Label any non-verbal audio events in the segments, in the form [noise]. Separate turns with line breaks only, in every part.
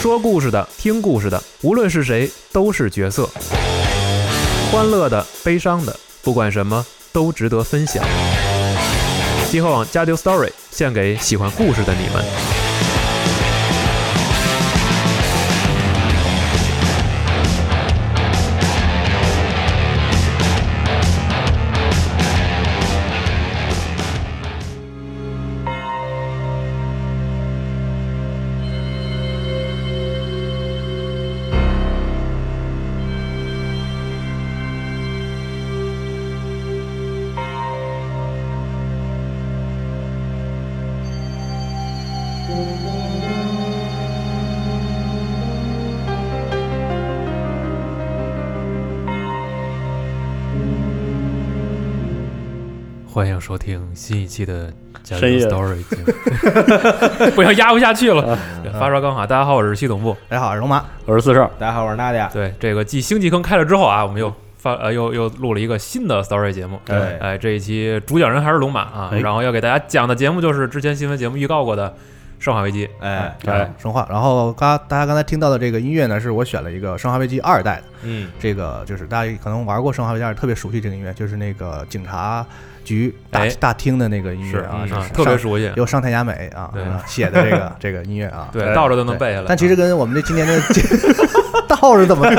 说故事的、听故事的，无论是谁，都是角色。欢乐的、悲伤的，不管什么都值得分享。极客网加丢 Story 献给喜欢故事的你们。欢迎收听新一期的《加
深
州
夜啊
Story》节目， [laughs] 不行，压不下去了。发烧刚好，大家好，我是系统部。
大家好，我是龙马。
我是四少，
大家好，我是娜姐。
对，这个继星际坑开了之后啊，我们又发呃又又录了一个新的 Story 节目。
对
哎，这一期主讲人还是龙马啊，
哎
然后要给大家讲的节目就是之前新闻节目预告过的《生化危机》。
哎，
哎
生化。然后刚大家刚才听到的这个音乐呢，是我选了一个《生化危机二代》的。
嗯，
这个就是大家可能玩过《生化危机二》，特别熟悉这个音乐，就是那个警察局大、
哎
大厅的那个音
是
乐啊，
嗯
是
啊
上
特别熟悉。
由上田雅美啊
对
啊写的这个这个音乐啊。
对，
对
倒着都
对
能背下来。啊
但其实跟我们这今 [laughs] 年的倒是
[laughs]
怎么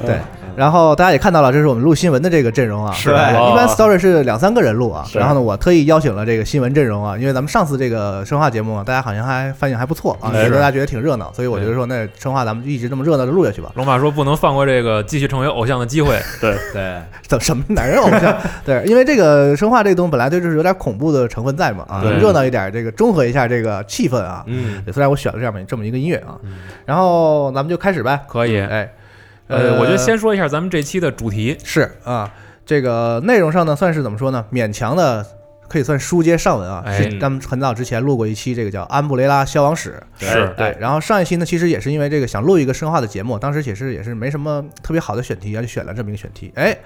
对。然后大家也看到了，这是我们录新闻的这个阵容啊。
嗯是
对
哦
一般 story 是两三个人录啊。
是
然后呢，我特意邀请了这个新闻阵容啊，因为咱们上次这个生化节目，大家好像还反应还不错啊，
哎
觉
是
得大家觉得挺热闹，所以我觉得说，那生化咱们就一直这么热闹就录下去吧。
龙马说不能放过这个继续成为偶像的
[laughs]
机会。呃
对，
对，
怎么什么男人偶像？ [laughs] 对，因为这个生化这东西本来就是有点恐怖的成分在嘛啊，
对
热闹一点，这个中和一下这个气氛啊。
嗯，
对虽然我选了这样这么一个音乐啊，然后咱们就开始呗。
可以。
哎，
呃，我觉得先说一下咱们这期的主题。
是啊，这个内容上呢，算是怎么说呢？勉强的可以算书接上文啊。
哎
是咱们很早之前录过一期这个叫《安布雷拉消亡史》。
是
对，然后上一期呢，其实也是因为这个想录一个生化的节目，当时也是也是没什么特别好的选题啊，就选了这么一个选题。哎，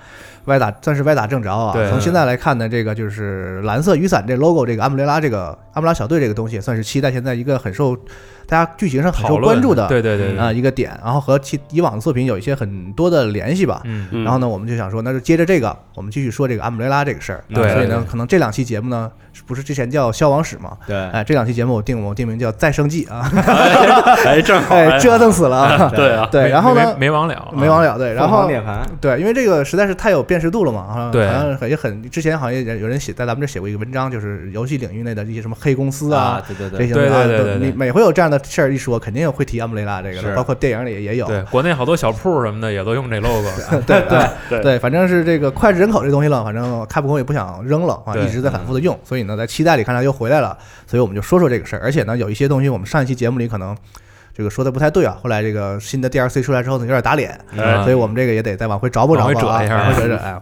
歪打算是歪打正着啊
对。嗯
从现在来看呢，这个就是蓝色雨伞这 logo，这个安布雷拉这个安布拉小队这个东西，算是期待现在一个很受大家剧情上很
讨
受
论
关注的
对对对对
啊、一个点，然后和其以往的作品有一些很多的联系吧。
嗯，
嗯
然后呢，我们就想说，那就接着这个，我们继续说这个安布雷拉这个事儿。啊
对
所以呢
对，
可能这两期节目呢，是不是之前叫《消亡史》嘛？
[laughs] 对
哎，这两期节目我定我定名叫《再生记》啊，
[laughs] 哎，正好，
[laughs] 哎，折腾死了啊。
[laughs] 对啊，
对，
没
然后呢
没，没完了，啊
没完了，对，然
凤
后
凰涅槃，
对，因为这个实在是太有辨识度了嘛，啊
对
好像很也很之前好像也有人写在咱们这写过一个文章，就是游戏领域内的一些什么黑公司啊。
对对
这
对，
些东西
对
啊
对对对
都
对
你每回有这样的事儿一说，肯定会提安布雷拉这个的，
是
包括电影里也有。
对，国内好多小铺什么的也都用这 logo。啊
[laughs] 对对
对
对，反正是这个脍炙人口这东西了，反正开普空也不想扔了啊，
对
一直在反复的
嗯
用，所以呢，在期待里看来又回来了，所以我们就说说这个事儿。而且呢，有一些东西我们上一期节目里可能这个说的不太对啊，后来这个新的 DLC 出来之后呢，有点打脸，
哎
所以我们这个也得再往回找补找
往
补啊，
回折一下
往回折折哎。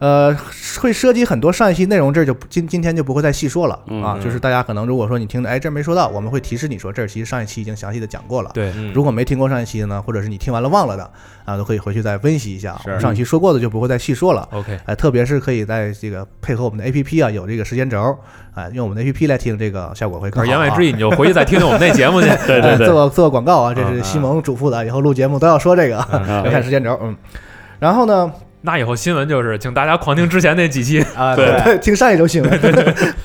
呃，会涉及很多上一期内容，这就不今今天就不会再细说了
嗯
啊。就是大家可能如果说你听着，哎，这儿没说到，我们会提示你说，这儿其实上一期已经详细的讲过了。
对，
嗯
如果没听过上一期的呢，或者是你听完了忘了的啊，都可以回去再温习一下。
是
我们上一期说过的就不会再细说了。
OK，
哎，特别是可以在这个配合我们的 APP 啊，有这个时间轴，啊，用我们的 APP 来听，这个效果会更
而
好、啊。
言外之意，你就回去再听听我们那节目
[laughs]
去。
对对
哎
对，
做做广告啊，这是西蒙嘱咐的，以后录节目都要说这个，
啊
[laughs] 要看时间轴。嗯，然后呢，
那以后新闻就是，请大家狂听之前那几期。
啊
对
[laughs]
对，
听上一周新闻。 [laughs]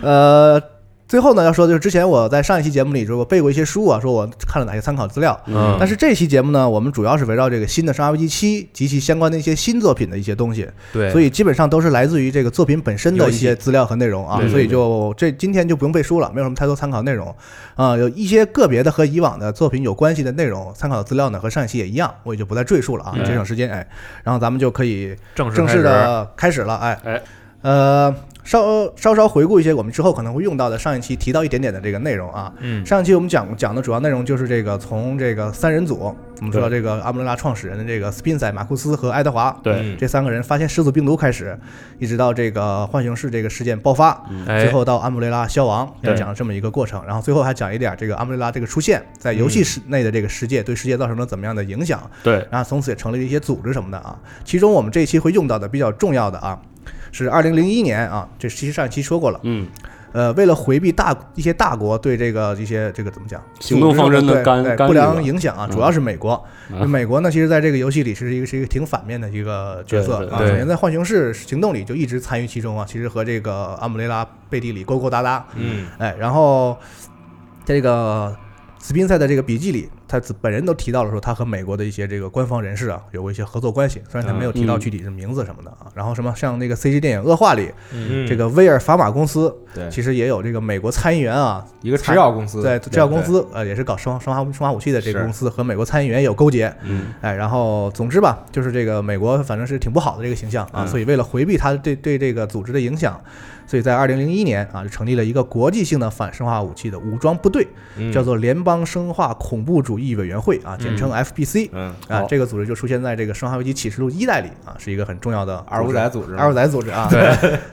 呃，最后呢要说的就是，之前我在上一期节目里说我背过一些书啊，说我看了哪些参考资料。
嗯
但是这期节目呢，我们主要是围绕这个新的《生化危机七》及其相关的一些新作品的一些东西，
对，
所
以
以基本上都是来自于这个作品本身的
游
一
戏
些资料和内容啊
对，对
所以就这今天就不用背书了，没有什么太多参考内容啊、有一些个别的和以往的作品有关系的内容，参考资料呢和上一期也一样，我也就不再赘述了啊，
嗯
节省时间哎，然后咱们就可以
正式
正
开
式
始，
的开始了哎，
哎，
呃，稍稍稍回顾一些我们之后可能会用到的上一期提到一点点的这个内容啊，
嗯，
上一期我们讲讲的主要内容就是这个从这个三人组，我们说到这个阿姆雷拉创始人的这个斯宾塞、马库斯和爱德华
对，
嗯
这三个人发现始祖病毒开始，一直到这个浣熊市这个事件爆发，嗯
哎
最后到阿姆雷拉消亡，
对
要讲这么一个过程。然后最后还讲一点这个阿姆雷拉这个出现在游戏室内的这个世界对世界造成了怎么样的影响，
对，
然后从此也成立了一些组织什么的啊。其中我们这一期会用到的比较重要的啊，是二零零一年啊，这其实上一期说过了。
嗯，
呃，为了回避大一些大国对这个一些这个怎么讲
行动方针的
对
干
对
干
不
预
良
吧
影响啊，
嗯
主要是美国。
啊
就美国呢，其实在这个游戏里是一个是一个挺反面的一个角色
对对
啊。
对
首先在浣熊市行动里就一直参与其中啊，其实和这个阿姆雷拉背地里勾勾搭搭，
嗯，
哎，然后在这个斯宾塞的这个笔记里，他自本人都提到了说他和美国的一些这个官方人士啊有过一些合作关系，虽然他没有提到
嗯
具体的名字什么的啊。然后什么像那个 CG 电影《恶化》里，
嗯
这个威尔法玛公司
对，
其实也有这个美国参议员啊，
一个制药公司，
在制药公
对，
司呃也是搞生化生化生化武器的这个
是
公司和美国参议员有勾结，
嗯
哎，然后总之吧，就是这个美国反正是挺不好的这个形象啊，
嗯
所以为了回避它对对这个组织的影响，所以在二零零一年啊就成立了一个国际性的反生化武器的武装部队，
嗯
叫做联邦生化恐怖主义委员会啊，简称 FBC。
嗯，
啊
好，
这个组织就出现在这个《生化危机启示录》一代里啊，是一个很重要的
二五仔组织嘛，
二五仔组织啊，
[laughs] 对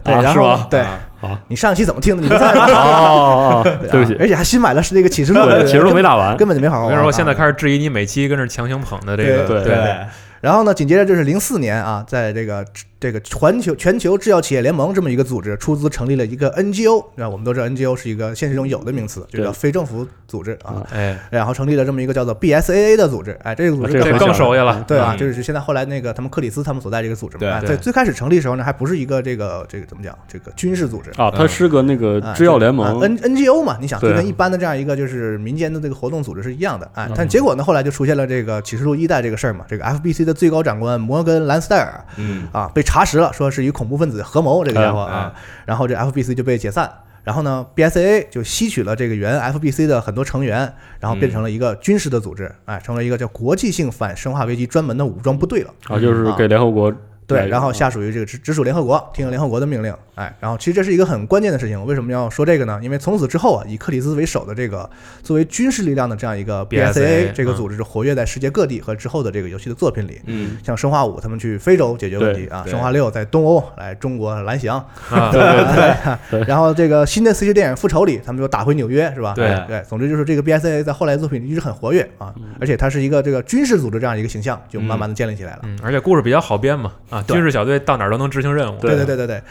对，
啊
然
是
后
吗
对
啊，
你上期怎么听的？你不在啊
哦
[laughs] 吗？
哦，哦对不
啊
起，
而且还新买了是那个启示录，
对，
对
其实都没打
根
完，
根本就没好好
我
玩
跟
啊。
你说，我现在开始质疑你每期跟这强行捧的这个，对
对
对
对，
然后呢，紧接着就是零四年啊，在这个这个全球全球制药企业联盟这么一个组织出资成立了一个 NGO，对吧？我们都知道 NGO 是一个现实中有的名词，就叫
对
非政府组织啊。
哎，
然后成立了这么一个叫做 BSAA 的组织，哎，这个组织
这个
更
这更
很小
熟悉了，
对啊，
嗯
就是现在后来那个他们克里斯他们所在这个组织嘛，
对
哎
对
在最开始成立的时候呢，还不是一个这个这个怎么讲，这个军事组织。
啊，它是个那个
啊
制药联
啊
盟，
N NGO 嘛，你想就
对
跟一般的这样一个就是民间的这个活动组织是一样的，哎
嗯，
但结果呢，后来就出现了这个启示录一代这个事儿嘛，这个 FBC 的最高长官摩根兰斯戴尔，
嗯，
啊，被查实了，说是与恐怖分子合谋，这个家伙
嗯
啊，然后这 FBC 就被解散。然后呢，BSA 就吸取了这个原 FBC 的很多成员，然后变成了一个军事的组织，哎，成了一个叫国际性反生化危机专门的武装部队了。
啊，就是给联合国来
嗯对，
源
然后
啊
下属于这个直直属联合国，听联合国的命令，哎，然后其实这是一个很关键的事情。我为什么要说这个呢？因为从此之后啊，以克里斯为首的这个作为军事力量的这样一个
BSA
BSA 这个
嗯
组织，就活跃在世界各地和之后的这个游戏的作品里。
嗯，
像生化五他们去非洲解决问题啊，
对对
生化六在东欧来中国蓝翔，
啊，
[laughs]
对
然后这个新的 CG 电影《复仇》里他们又打回纽约是吧？哎
对
对，总之就是这个 BSA 在后来作品里一直很活跃啊，
嗯
而且它是一个这个军事组织这样一个形象就慢慢的建立起来了。
嗯，而且故事比较好编嘛，啊，
对
军事小队到哪儿都能执行任务，
对
对对对对。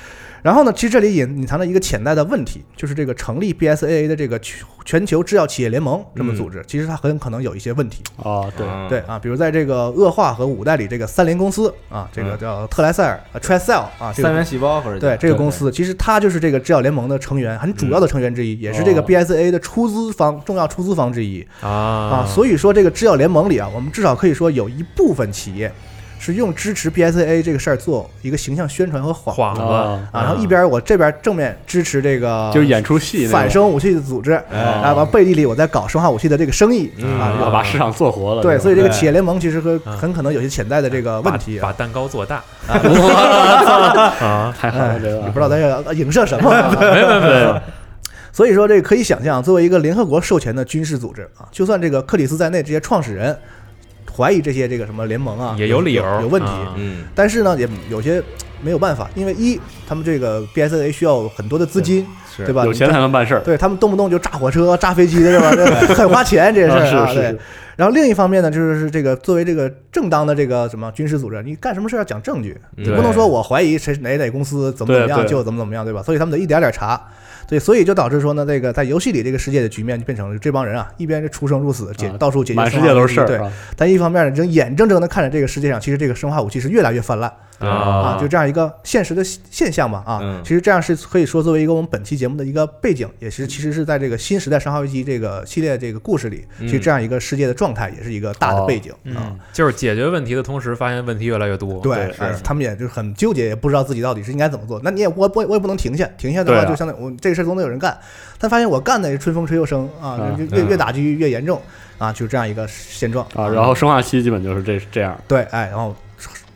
然后呢，其实这里隐隐藏了一个潜在的问题，就是这个成立 BSAA 的这个全全球制药企业联盟这么组织，其实它很可能有一些问题。
啊，对，
嗯
对，啊，比如在这个恶化和五代里，这个三联公司啊，这个
嗯
叫特莱塞尔啊 t r i c e l 啊，这个
三元细胞或者
对这个公司，其实它就是这个制药联盟的成员，很主要的成员之一，也是这个
哦
BSA 的出资方重要出资方之一
啊
啊。
啊
所以说，这个制药联盟里啊，我们至少可以说有一部分企业是用支持 BSA 这个事儿做一个形象宣传和
以
谎
幌子
啊
啊，然后一边我这边正面支持这个
就是演出戏那种，
反生武器的组织，
哎
啊，完背地里我在搞生化武器的这个生意
嗯
啊。
啊，把市场做活了，
对，所以
这
这
种
个企业联盟其实和
嗯
很可能有些潜在的这个问
把
题啊，
把蛋糕做大
[laughs]
[laughs] 啊
太狠了，这
也
个
不知道在这影射什么啊。
没没没，
[laughs] 所以说，这个可以想象，作为一个联合国授权的军事组织啊，就算这个克里斯在内这些创始人怀疑这些这个什么联盟啊，
也有理由
有有问题，
啊
嗯，
但是呢，也有些没有办法，因为一他们这个 BSA 需要很多的资金，
是
对吧？
有钱才能办事儿，
对他们动不动就炸火车、炸飞机的
[laughs]
是吧？这很花钱这事儿
啊
啊，
是是
对
是。
然后另一方面呢，就是这个作为这个正当的这个什么军事组织，你干什么事儿要讲证据，
嗯
你不能说我怀疑谁哪哪公司怎么怎么样
对对
就怎么怎么样，对吧？所以他们得一点点查。对，所以就导致说呢，这个在游戏里这个世界的局面就变成了这帮人啊，一边是出生入死，解
啊
到处解决
满
生
世
化
界都是
危机
事儿，
对
啊，
但一方面呢，正眼睁睁的看着这个世界上，其实这个生化武器是越来越泛滥啊，就这样一个现实的现象嘛啊
嗯。
其实这样是可以说作为一个我们本期节目的一个背景，也是其实是在这个新时代生化危机这个系列这个故事里，其
嗯哦
实这样一个世界的状态也是一个大的背景啊。
嗯，就是解决问题的同时，发现问题越来越多，
对，
对
哎
哦是
他们也就是很纠结，也不知道自己到底是应该怎么做。那你也我我我也不能停下，停下的话
对啊
就相当于我这个事儿总得有人干。但发现我干的也春风吹又生啊
啊，
就就越
嗯
越打就越严重啊，就是这样一个现状
啊，然后生化期基本就是这这样，
对，哎，然后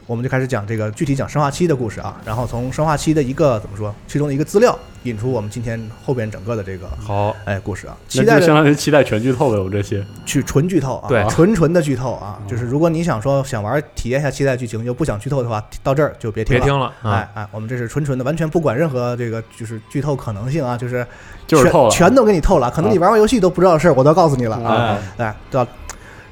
我们就开始讲这个具体讲生化七的故事啊，然后从生化七的一个怎么说，其中的一个资料引出我们今天后边整个的这个
好，
哎故事啊，期
那
待
就
着
相当于期待全剧透呗，我们这些
去纯剧透啊，
对
纯纯的剧透啊，
嗯
就是如果你想说想玩体验一下期待剧情又不想剧透的话，到这儿就别听
别
了。
听了啊
哎，哎，我们这是纯纯的，完全不管任何这个就是剧透可能性啊，就是
就是
全
透了，
全都给你透了，可能你
啊
玩玩游戏都不知道的事儿，我都告诉你了
啊
哎，
哎，对吧？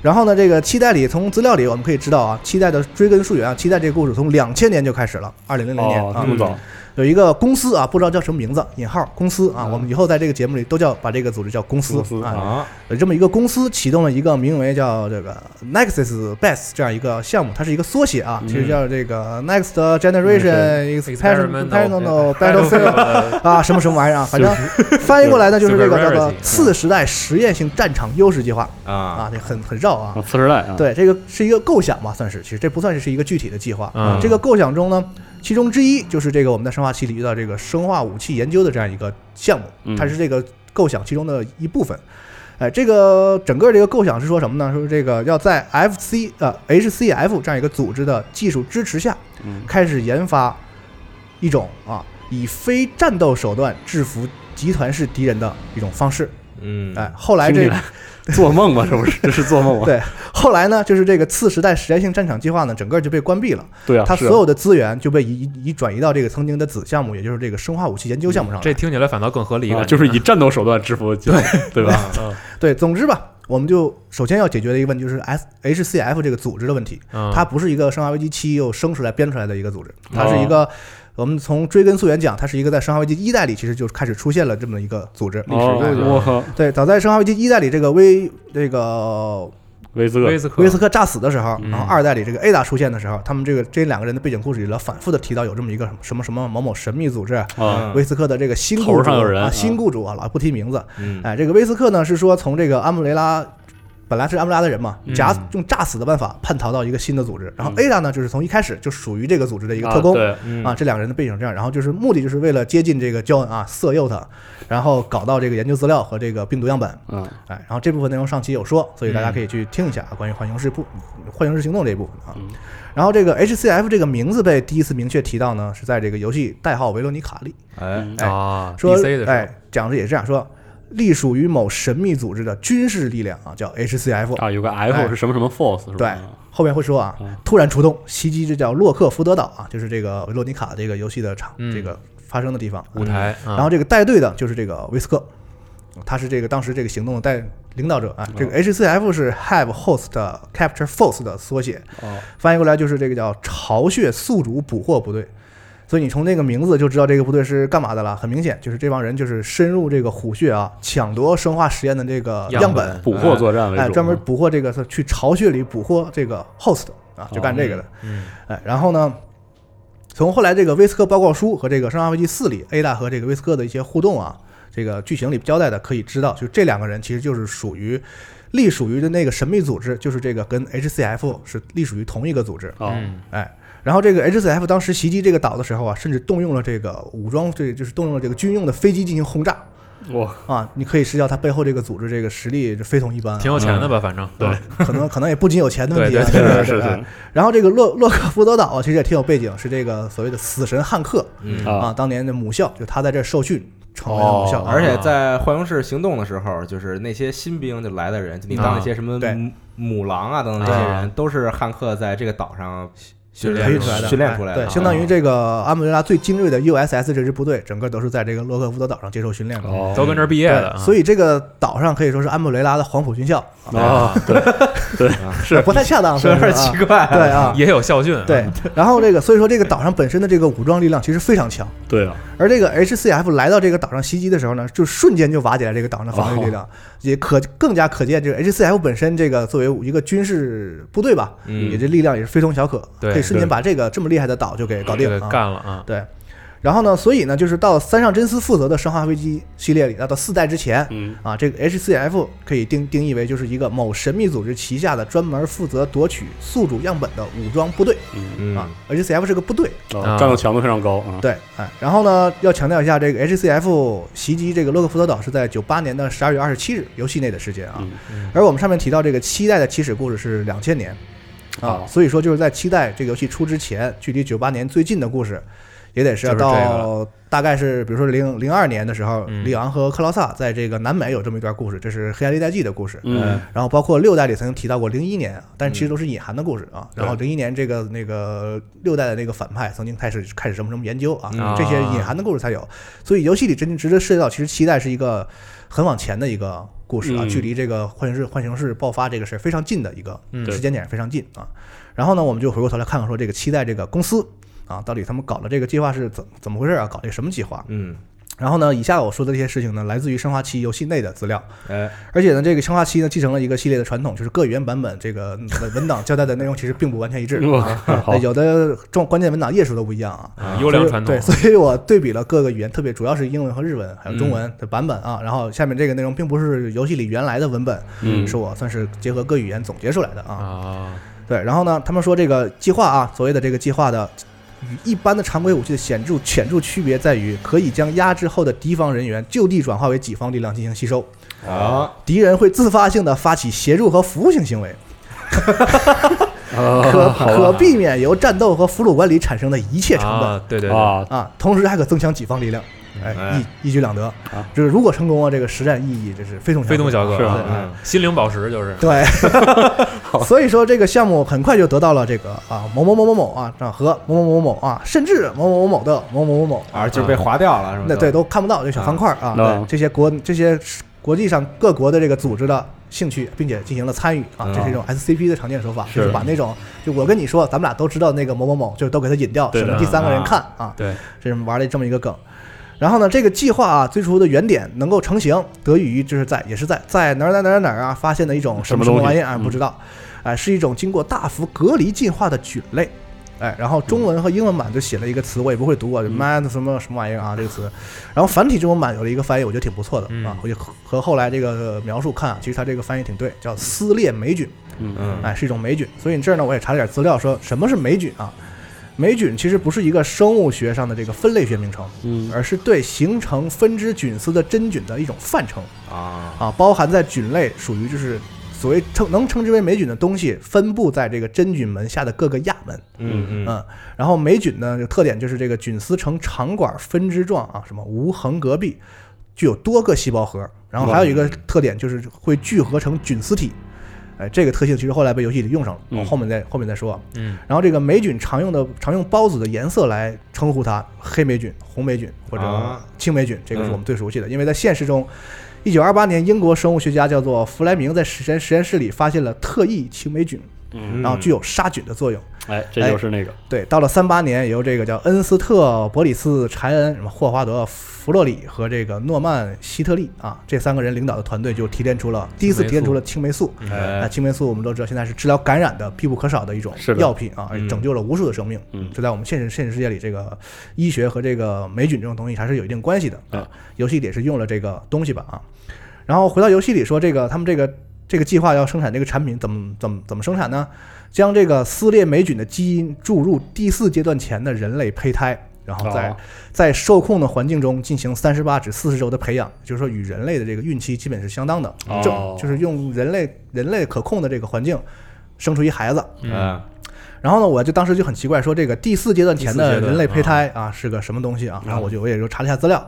然后呢，这个期待里从资料里我们可以知道啊，期待的追根溯源啊，期待这个故事从两千年就开始了，二零零零年
哦，这，
啊
么早，
有一个公司啊，不知道叫什么名字，引号公司啊，我们以后在这个节目里都叫把这个组织叫公司
公司
啊，
啊，
有这么一个公司启动了一个名为叫这个 Nexus Best 这样一个项目，它是一个缩写啊，其实叫这个 Next Generation Experimental
[laughs] 哎
Battlefield 啊，什么什么玩意儿啊，反正翻译过来呢就是这嗯个叫做
Superiority，
次时代实验性战场优势计划
啊
啊，这很很绕啊
啊，。次时代啊，
对，这个是一个构想吧，算是，其实这不算是一个具体的计划。
嗯
这个构想中呢，其中之一就是这个我们在生化器里遇到这个生化武器研究的这样一个项目，
嗯
它是这个构想其中的一部分。哎，这个整个这个构想是说什么呢？说这个要在 FC 呃 HCF 这样一个组织的技术支持下，
嗯
开始研发一种啊以非战斗手段制服集团式敌人的一种方式。
嗯，
哎，后来
听
这
起来做梦吧，是不是？这是做梦啊？
对后来呢，就是这个次时代实验性战场计划呢，整个就被关闭了。
对啊，
它
是啊
所有的资源就被移移移转移到这个曾经的子项目，也就是这个生化武器研究项目
嗯
上来。
这听起来反倒更合理
啊
了，
就是以战斗手段制服集团， [laughs] 对吧？
对，总之吧，我们就首先要解决的一个问题就是 S HCF 这个组织的问题，它
它
不是一个生化危机七又生出来编出来的一个组织，它是
嗯哦
一个。我们从追根溯源讲，它是一个在《生化危机》一代里其实就开始出现了这么一个组织。
哦，
历史代表
我靠，
对，早在《生化危机》一代里，这个威这个
维斯
威
克
斯克
威斯克炸死的时候，
嗯
然后二代里这个 Ada 出现的时候，他们这个这两个人的背景故事里了，反复的提到有这么一个什么什么什么某某神秘组织，
啊，
嗯
威斯克的这个新
头
雇主
上有人
啊，
啊
新雇主啊，老不提名字。
嗯
哎，这个威斯克呢是说从这个安布雷拉，本来是安布雷拉的人嘛，
嗯
假用炸死的办法叛逃到一个新的组织，然后 Ada 呢就是从一开始就属于这个组织的一个特工。
啊
嗯
啊，这两个人的背景是这样，然后就是目的就是为了接近这个 John 啊，色诱他，然后搞到这个研究资料和这个病毒样本，
对，啊，
哎，然后这部分内容上期有说，所以大
嗯
家可以去听一下啊，关于浣熊市部、浣熊市行动这一部分啊
嗯。
然后这个 HCF 这个名字被第一次明确提到呢，是在这个游戏代号维罗妮卡里
哎，
哎
啊
说
，DC 的时候
哎，讲的也是这样说，隶属于某神秘组织的军事力量啊，叫 HCF，、
啊，有个 F 是什么什么 Force 是吧？
哎对，后面会说啊
嗯，
突然出动袭击这叫洛克福德岛啊，就是这个维罗妮卡这个游戏的场、
嗯
这个发生的地方。
舞台，
然后这个带队的就是这个威斯克，他是这个当时这个行动的带领导者啊。
哦
这个 HCF 是 Have Host Capture Force 的缩写，
哦，
翻译过来就是这个叫巢穴宿主捕获部队。所以你从这个名字就知道这个部队是干嘛的了。很明显，就是这帮人就是深入这个虎穴啊，抢夺生化实验的这个
样
样
本
本，
捕获
啊
作战为
哎，
主，
专门捕获这个去巢穴里捕获这个 host 啊，就干这个的。
嗯
哎，然后呢，从后来这个威斯克报告书和这个《生化危机四》里 Ada 和这个威斯克的一些互动啊，这个剧情里交代的可以知道，就这两个人其实就是属于隶属于的那个神秘组织，就是这个跟 HCF 是隶属于同一个组织。
啊，
嗯
哎，然后这个 HCF 当时袭击这个岛的时候啊，甚至动用了这个武装，这就是动用了这个军用的飞机进行轰炸
我
啊，你可以知道他背后这个组织这个实力就非同一般、啊，
挺有钱的吧，反正
对，
啊可能可能也不仅有钱的问题、啊，
对
对
不
是
哎
是
然后这个洛洛克福德岛啊其实也挺有背景，是这个所谓的死神汉克
嗯
啊
啊，当年的母校，就他在这受训成为了母校，
哦
啊
而且在浣熊市行动的时候，就是那些新兵就来的人，就你当那些什么
啊对
母母狼啊等等这些人，都是汉克在这个岛上训
培
练
育出来的，
训练出来
哎
的，啊
对，相当于这个安布雷拉最精锐的 USS 这支部队，整个都是在这个洛克福德岛上接受训练的。啊
哦，
都跟这儿毕业
对
的，啊
所
以
以这个岛上可以说是安布雷拉的黄埔军校，啊
啊，对对是
不太恰当，
[laughs] 有
是不是
点
啊
奇怪，
对啊，
也有校训，
对，。然后这个，所以说这个岛上本身的这个武装力量其实非常强，
对啊，
而这个 HCF 来到这个岛上袭击的时候呢，就瞬间就瓦解了这个岛上的防御力量，也可更加可见这个 HCF 本身这个作为一个军事部队吧，
嗯
也这力量也是非同小可，
对
可以瞬间
对
把这个这么厉害的岛就给搞定
这
啊
个干了啊，
对，然后呢，所以呢，就是到三上真司负责的《生化危机》系列里，那到四代之前。
嗯
啊，这个 HCF 可以定定义为就是一个某神秘组织旗下的专门负责夺取宿主样本的武装部队
嗯，
嗯
啊。HCF 是个部队，
啊
啊
战斗强度非常高啊，
对，哎，然后呢，要强调一下，这个 HCF 袭击这个洛克福德岛是在九八年的十二月二十七日，游戏内的时间啊。
嗯
而我们上面提到这个七代的起始故事是两千年啊，
哦
所以说就是在七代这个游戏出之前，距离九八年最近的故事，也得是要
就是这个
到大概是比如说零零二年的时候，
嗯
里昂和克劳萨在这个南美有这么一段故事，这是黑暗历代记的故事。
嗯
然后包括六代里曾经提到过零一年，但其实都是隐含的故事啊。然后零一年这个那个六代的那个反派曾经开始开始什么什么研究啊，
嗯
这些隐含的故事才有。所以游戏里真正值得涉及到，其实七代是一个很往前的一个故事啊，
嗯，
距离这个浣熊市浣熊市爆发这个事儿非常近的一个
嗯
时间点非常近啊。然后呢，我们就回过头来看看说这个七代这个公司啊，到底他们搞的这个计划是怎怎么回事啊？搞了一个什么计划？
嗯，
然后呢，以下我说的这些事情呢，来自于《生化七》游戏内的资料，
哎，
而且呢，这个《生化七》呢，继承了一个系列的传统，就是各语言版本这个 [laughs] 文文档交代的内容其实并不完全一致
嗯
我
啊
嗯好，
有的重关键文档页数都不一样啊。
啊优良传统
对，，所以 [laughs] 我对比了各个语言，特别主要是英文和日文，还有中文
嗯
的版本啊。然后下面这个内容并不是游戏里原来的文本，
嗯
是我算是结合各语言总结出来的啊。
啊，
对，然后呢，他们说这个计划啊，所谓的这个计划的与一般的常规武器的显著显著区别在于，可以将压制后的敌方人员就地转化为己方力量进行吸收，
啊，
敌人会自发性的发起协助和服务性行为，
啊
可
可
可避免由战斗和俘虏管理产生的一切成本。
啊，对对对，
啊，
啊，同时还可增强己方力量，哎
哎，
一一举两得
啊。
就是如果成功啊，这个实战意义这是非同
非同小
可。
可
是啊
啊，
嗯
心灵宝石就是
对，所以说这个项目很快就得到了这个啊某某某某某啊啊和某某某某某啊，甚至某某某某的某某某某，
啊，就是被划掉了，是吧？
那对都看不到这小方块啊。
嗯
对这些国这些国际上各国的这个组织的兴趣，并且进行了参与啊，
嗯
这是一种 SCP 的常见手法，
是
就是把那种就我跟你说，咱们俩都知道那个某某某，就都给他引掉，
对
省
的
得第三个人
啊
看啊。
对，
这是玩了这么一个梗。然后呢，这个计划啊，最初的原点能够成型，得益于就是在也是在在哪儿哪儿哪儿哪儿啊发现的一种什么
什
什
么东
么
西
玩意儿啊，
嗯
不知道，哎，是一种经过大幅隔离进化的菌类，哎，然后中文和英文版就写了一个词，我也不会读啊，就 man 什么什么玩意儿啊这个词，然后繁体中文版有了一个翻译，我觉得挺不错的
嗯
啊，我就和和后来这个描述看啊，其实它这个翻译挺对，叫撕裂霉菌。
嗯
嗯，
哎，是一种霉菌。所以这儿呢，我也查了点资料，说什么是霉菌啊？霉菌其实不是一个生物学上的这个分类学名称，
嗯
而是对形成分支菌丝的真菌的一种泛称
啊，
啊，包含在菌类属于就是所谓称能称之为霉菌的东西，分布在这个真菌门下的各个亚门。
嗯嗯
嗯，然后霉菌呢，就特点就是这个菌丝呈长管分支状啊，什么无横隔壁，具有多个细胞核。然后还有一个特点就是会聚合成菌丝体，哎，这个特性其实后来被游戏里用上了，
嗯
我后面再后面再说啊。
嗯
然后这个霉菌常用的常用孢子的颜色来称呼它，黑霉菌、红霉菌或者
啊
青霉菌，这个是
嗯
我们最熟悉的，因为在现实中。一九二八年，英国生物学家叫做弗莱明在实验实验室里发现了特异青霉菌，
嗯，
然后具有杀菌的作用。
哎，这就是那个
对，到了三八年，由这个叫恩斯特、伯里斯、柴恩、什么霍华德、弗洛里和这个诺曼希特利啊，这三个人领导的团队就提炼出了第一次提炼出了青霉素。
嗯
那
哎，
青霉素我们都知道，现在是治疗感染的必不可少的一种
是的
药品啊，
嗯
也拯救了无数的生命。
嗯
这在我们现实现实世界里，这个医学和这个霉菌这种东西还是有一定关系的。
啊，
游戏里也是用了这个东西吧啊。然后回到游戏里说，这个他们这个这个计划要生产这个产品，怎么怎么怎么生产呢？将这个撕裂霉菌的基因注入第四阶段前的人类胚胎，然后在、
哦
在受控的环境中进行三十八至四十周的培养，就是说与人类的这个孕期基本是相当的，
哦
正就是用人类人类可控的这个环境生出一孩子。
嗯，
然后呢，我就当时就很奇怪，说这个第四阶段前
第四
的
阶段嗯
人类胚胎啊是个什么东西啊？然后我就我也就查了一下资料，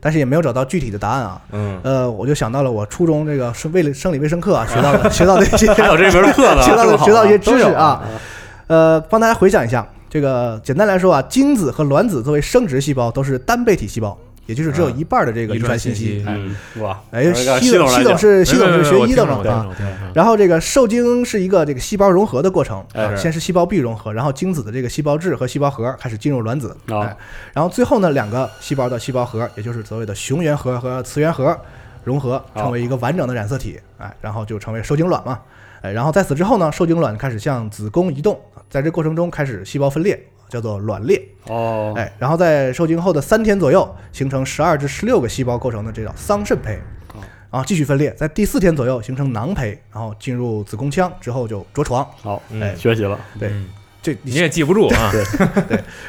但是也没有找到具体的答案啊。
嗯
呃，我就想到了我初中这个生为了生理卫生课啊学到的学到的一些 [laughs]
还有这门课呢，
学到
这么
的
好
学到一些
都
知识
有
啊，呃，帮大家回想一下，这个简单来说啊，精子和卵子作为生殖细胞都是单倍体细胞，也就是只有一半的这个
遗
遗传
传
信
信息
息。
嗯，哇，
哎，
这个
系统系
来
统
讲，
是系统是学医的嘛
嘛，
啊。
我听着
然后这个受精是一个这个细胞融合的过程，
嗯哎
啊
是
先是细胞壁融合，然后精子的这个细胞质和细胞核开始进入卵子，
啊
哎，然后最后呢两个细胞的细胞核，也就是所谓的雄原核和雌原核融合，
哦
成为一个完整的染色体，哎，然后就成为受精卵嘛，哎，然后在此之后呢，受精卵开始向子宫移动，在这过程中开始细胞分裂，叫做卵裂，
哦，
哎，然后在受精后的三天左右，形成十二至十六个细胞构成的这叫桑葚胚
哦，
然后继续分裂，在第四天左右形成囊胚，然后进入子宫腔之后就着床。
好，
哎
学习了，
对，
嗯
这
你也记不住啊，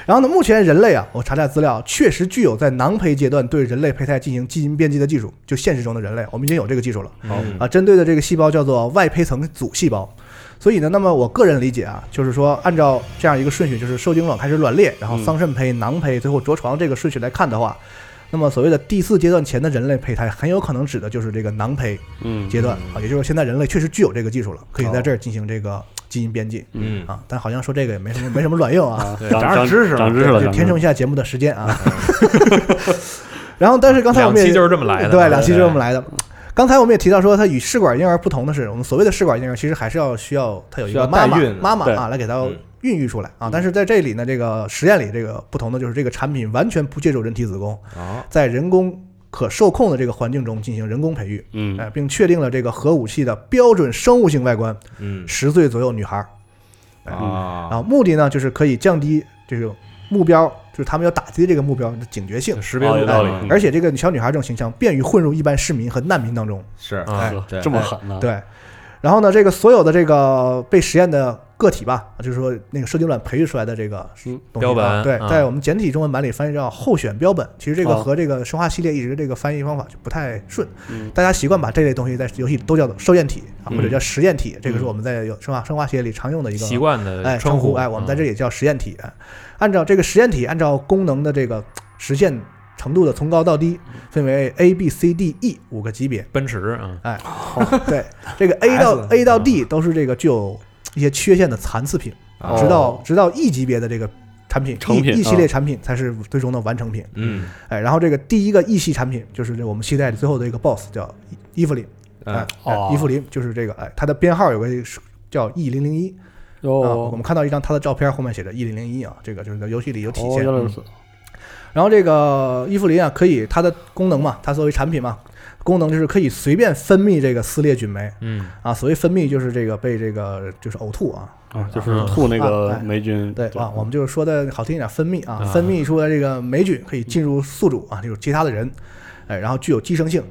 然后呢，目前人类啊，我查了一下资料，确实具有在囊胚阶段对人类胚胎进行基因编辑的技术。就现实中的人类，我们已经有这个技术了
好
嗯
啊。针对的这个细胞叫做外胚层组细胞。所以呢，那么我个人理解啊，就是说按照这样一个顺序，就是受精卵开始卵裂，然后
嗯
桑葚胚、囊胚，最后着床这个顺序来看的话，那么所谓的第四阶段前的人类胚胎，很有可能指的就是这个囊胚
嗯，
阶段啊，也就是说现在人类确实具有这个技术了，可以在
哦
这儿进行这个呃基因编辑
嗯，
啊。但好像说这个也没什么没什么卵用啊，
啊
对
长
长点
长
知识嘛
长 [laughs] 知识了，嗯
就
长知
填
识
充一
了
下节目的 [laughs] 时间啊。然后，但是刚才我
两
们也
期就是这么来的，啊
对，两期就是这么来的。刚才我们也提到说，它与试管婴儿不同的是，我们所谓的试管婴儿其实还是要需要它有一
需
个
要
妈
代
妈
孕
妈妈
对
啊来给它
嗯
孕育出来啊。但是在这里呢，这个实验里这个不同的就是这个产品完全不借助人体子宫，
哦，
在人工可受控的这个环境中进行人工培育，
嗯
哎，并确定了这个核武器的标准生物性外观，
嗯
十岁左右女孩儿
啊，
啊，目的呢就是可以降低这种目标，就是他们要打击的这个目标的警觉性。
识别
哦
度
有
高
道理
了，
嗯
而且这个小女孩这种形象便于混入一般市民和难民当中。
是
啊
哎
呵
对
嗯这么狠呢？
对，然后呢，这个所有的这个被实验的个体吧，就是说那个受精卵培育出来的这个
嗯
东西
标
啊
本
对
啊，
在我们简体中文版里翻译叫候选标本。其实这个
哦
和这个生化系列一直这个翻译方法就不太顺，
嗯
大家习惯把这类东西在游戏里都叫做受验体啊，
嗯
或者叫实验体，这个是我们在有生化生化系列里常用的一个
嗯习惯的
哎称
呼，
哎，我们在
嗯
这里叫实验体。哎按照这个实验体，按照功能的这个实现程度的从高到低，分为 A、B、C、D、E 五个级别。
奔驰啊，
对，这个 A 到
S
A
嗯
到 D 都是这个具有一些缺陷的残次品，
啊
直到直到 E 级别的这个产品
哦成品
，E
啊
E 系列产品才是最终的完成品。
嗯
哎，然后这个第一个 E 系产品就是这我们期待的最后的一个 BOSS 叫伊伊芙琳，哎
嗯，
哎
哦
伊芙琳就是这个，哎，它的编号有个叫 E 零零一，啊，我
哟
们看到一张他的照片，后面写着一零零一啊，这个就是在游戏里有体
哦，
现。嗯
原来如此，
然后这个伊芙琳啊，可以它的功能嘛，它作为产品嘛，功能就是可以随便分泌这个撕裂菌酶
嗯，
啊，所谓分泌就是这个被这个就是呕吐啊，
啊，就是吐那
啊
个
哎
霉菌，
对啊，我们就是说的好听一点，分泌啊
啊，
分泌出来这个霉菌可以进入宿主啊，就是其他的人，哎，然后具有寄生性。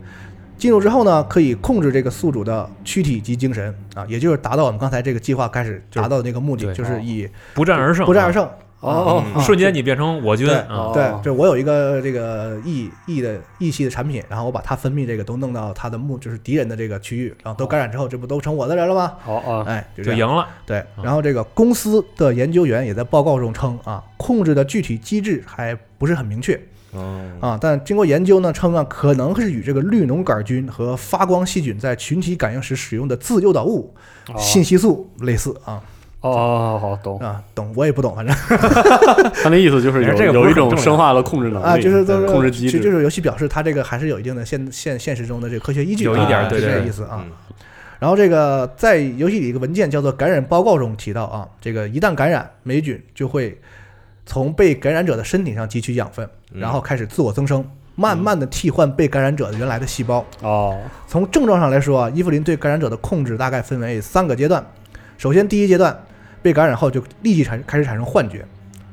进入之后呢，可以控制这个宿主的躯体及精神啊，也就是达到我们刚才这个计划开始达到的那个目的，
对
就是以
不战而胜，
不战而
胜，
胜
哦
啊
瞬间你变成我军
对
啊，
对
哦，
就我有一个这个 E E 的 E 系的产品，然后我把它分泌这个都弄到它的目，就是敌人的这个区域，然后都感染之后，这不都成我的人了吗？
好啊，
哎，就这
就
样
赢了，
对，然后这个公司的研究员也在报告中称啊，控制的具体机制还不是很明确
嗯
啊，但经过研究呢，称啊，可能是与这个绿脓杆菌和发光细菌在群体感应时使用的自诱导物
哦
信息素类似啊
哦哦，好懂，
啊，懂我也不懂，反正
他那意思就是
哎这
有
个不是
有一
很
种
重要
生化的控制能力
啊，就是都是
哦控制机
就就
制，
是游戏表示它这个还是有一定的现现现实中的这个科学依据啊，
有一点
儿对
是这个
对
意思啊。
嗯
然后这个在游戏里一个文件叫做感染报告中提到啊，这个一旦感染，霉菌就会从被感染者的身体上汲取养分，
嗯
然后开始自我增生，慢慢的替换被感染者的原来的细胞。
哦，
从症状上来说啊，伊芙琳对感染者的控制大概分为三个阶段。首先，第一阶段，被感染后就立即产开始产生幻觉，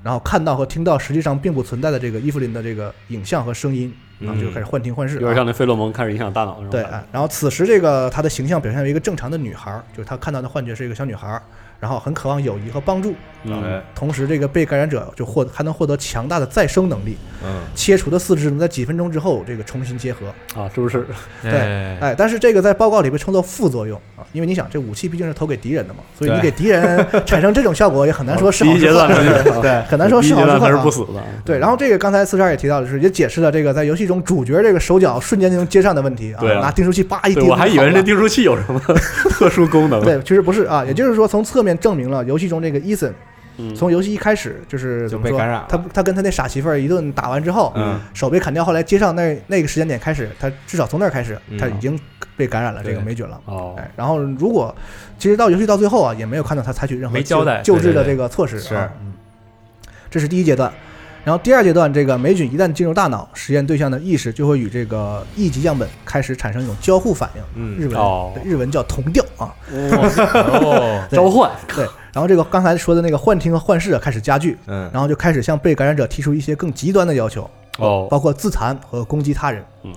然后看到和听到实际上并不存在的这个伊芙琳的这个影像和声音，然后就开始幻听幻视、
有
啊。
点像那费洛蒙开始影响大脑那种
对，
感觉
哎然后此时这个她的形象表现为一个正常的女孩儿，就是她看到的幻觉是一个小女孩儿，然后很渴望友谊和帮助，
嗯，
哎
同时这个被感染者就获还能获得强大的再生能力，
嗯
切除的四肢能在几分钟之后这个重新结合。
啊，是不是？
对
哎，
哎，但是这个在报告里被称作副作用啊，因为你想这武器毕竟是投给敌人的嘛，所以你
对
给敌人
[laughs]
产生这种效果也很难说是
哦第
好
一阶
是
段
坏。
是啊
[laughs] 对，很难说
第
是
一阶
好是
段他
坏
是
啊
不。死的，
对，然后这个刚才四十二也提到了，就是也解释了这个在游戏中主角这个手脚瞬间就能接上的问题啊，
对啊
拿订书器叭一钉
对
就
我
好了。
还以为这订书器有什么 [laughs] 特殊功
[laughs]
能，
对，其实不是啊，也就是说，从侧面证明了游戏中这个伊森，
嗯，
从游戏一开始就是
就
怎么
被
说
感染了
他他跟他那傻媳妇儿一顿打完之后，
嗯
手被砍掉，后来接上那那个时间点开始，他至少从那儿开始，
嗯
他已经被感染了这个
对
霉菌了。
哦，
哎，然后如果其实到游戏到最后啊，也没有看到他采取任何
没
救
交代
救治
对对
的
对
这个措施、啊，
是
嗯，这是第一阶段。然后第二阶段，这个霉菌一旦进入大脑，实验对象的意识就会与这个 E 级样本开始产生一种交互反应，日
嗯
文、
哦
日文叫同调
[laughs]
啊，
哦，
对
召唤，
对，然后这个刚才说的那个幻听和幻视啊开始加剧，
嗯，
然后就开始向被感染者提出一些更极端的要求，
哦，
包括自残和攻击他人。
嗯，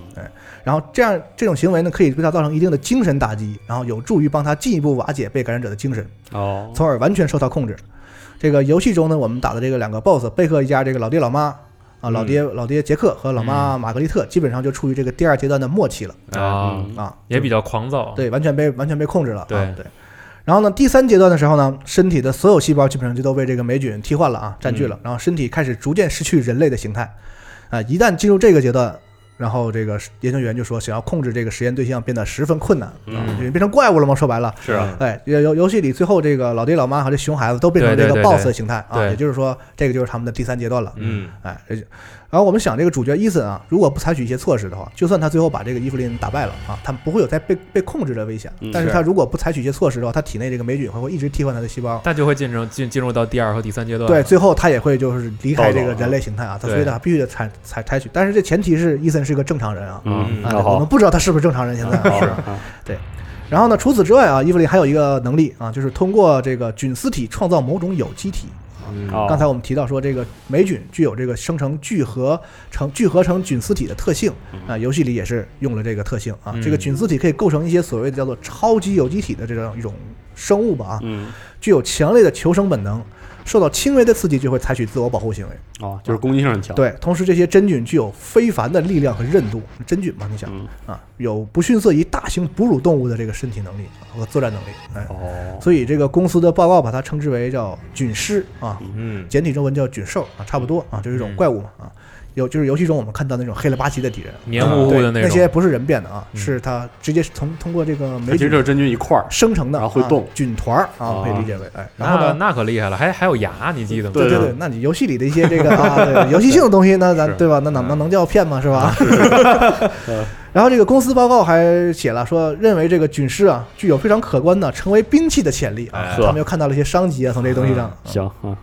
然后这样这种行为呢，可以对他造成一定的精神打击，然后有助于帮他进一步瓦解被感染者的精神，
哦，
从而完全受到控制。这个游戏中呢，我们打的这个两个 BOSS 贝克一家这个老爹老妈啊，老爹、
嗯
老爹杰克和老妈玛格丽特，基本上就处于这个第二阶段的末期了
啊，
嗯
啊，
也比较狂躁，
对，完全被完全被控制了。
哦对
啊、对。然后呢，第三阶段的时候呢，身体的所有细胞基本上就都被这个霉菌
嗯
替换了啊，占据了，然后身体开始逐渐失去人类的形态。啊、一旦进入这个阶段，然后这个研究员就说，想要控制这个实验对象变得十分困难，
嗯，
因为变成怪物了嘛，说白
嗯
了。
是啊，
哎，游游游戏里最后这个老爹老妈和这熊孩子都变成
对
这
对对
个 BOSS
对
的形态啊，
对
也就是说，这个就是他们的第三阶段了。
嗯，
哎，这就然后我们想，这个主角伊森啊，如果不采取一些措施的话，就算他最后把这个伊芙琳打败了啊，他不会有再被被控制的危险
嗯。
但是
是
他如果不采取一些措施的话，他体内这个霉菌会会一直替换他的细胞。
他就会进入进进入到第二和第三阶段。啊
对，，最后他也会就是离开
暴走
这个
啊
人类形态啊，他所以
对
他必须得采采采取，但是这前提是伊森是个正常人啊。
嗯，
啊
那
我们
好，
不知道他是不是正常人，现在啊
好
是。
啊
然后呢，除此之外啊，伊芙琳还有一个能力啊，就是通过这个菌丝体创造某种有机体。
嗯
哦
刚才我们提到说，这个霉菌具有这个生成聚合成聚合成菌丝体的特性
嗯
啊，游戏里也是用了这个特性啊
嗯。
这个菌丝体可以构成一些所谓的叫做超级有机体的这种一种生物吧啊，
嗯，
具有强烈的求生本能，受到轻微的刺激就会采取自我保护行为。
哦，就是攻击性很强，，
对，同时这些真菌具有非凡的力量和韧度，真菌嘛，你想
嗯，
啊，有不逊色于大型哺乳动物的这个身体能力和作战能力，哎，
哦，
所以这个公司的报告把它称之为叫菌师啊，
嗯，
简体中文叫菌兽啊，差不多啊，就是一种
嗯
怪物嘛啊，有就是游戏中我们看到那种黑了吧唧的敌人，啊
黏糊糊的
对
那
那
种
些不是人变的啊，
嗯
是它直接是从通过这个
它
霉
其实就
菌
是真菌一块儿，
生成的，
然后会
啊
动
菌团儿啊，可以
啊
理解为哎，然后
哦那
呢？
那可厉害了，还还有牙，你记得吗？
对
对
啊
对，那你游戏里的一些这
[laughs]
个啊，对游戏性的东西，那咱
是
对吧？那能
嗯
能能叫骗吗？
[laughs]
是吧？ [laughs]
嗯
然后这个公司报告还写了说，认为这个菌师啊具有非常可观的成为兵器的潜力啊
哎，嗯
他们又看到了一些商机啊，从这些东西上。啊
行啊，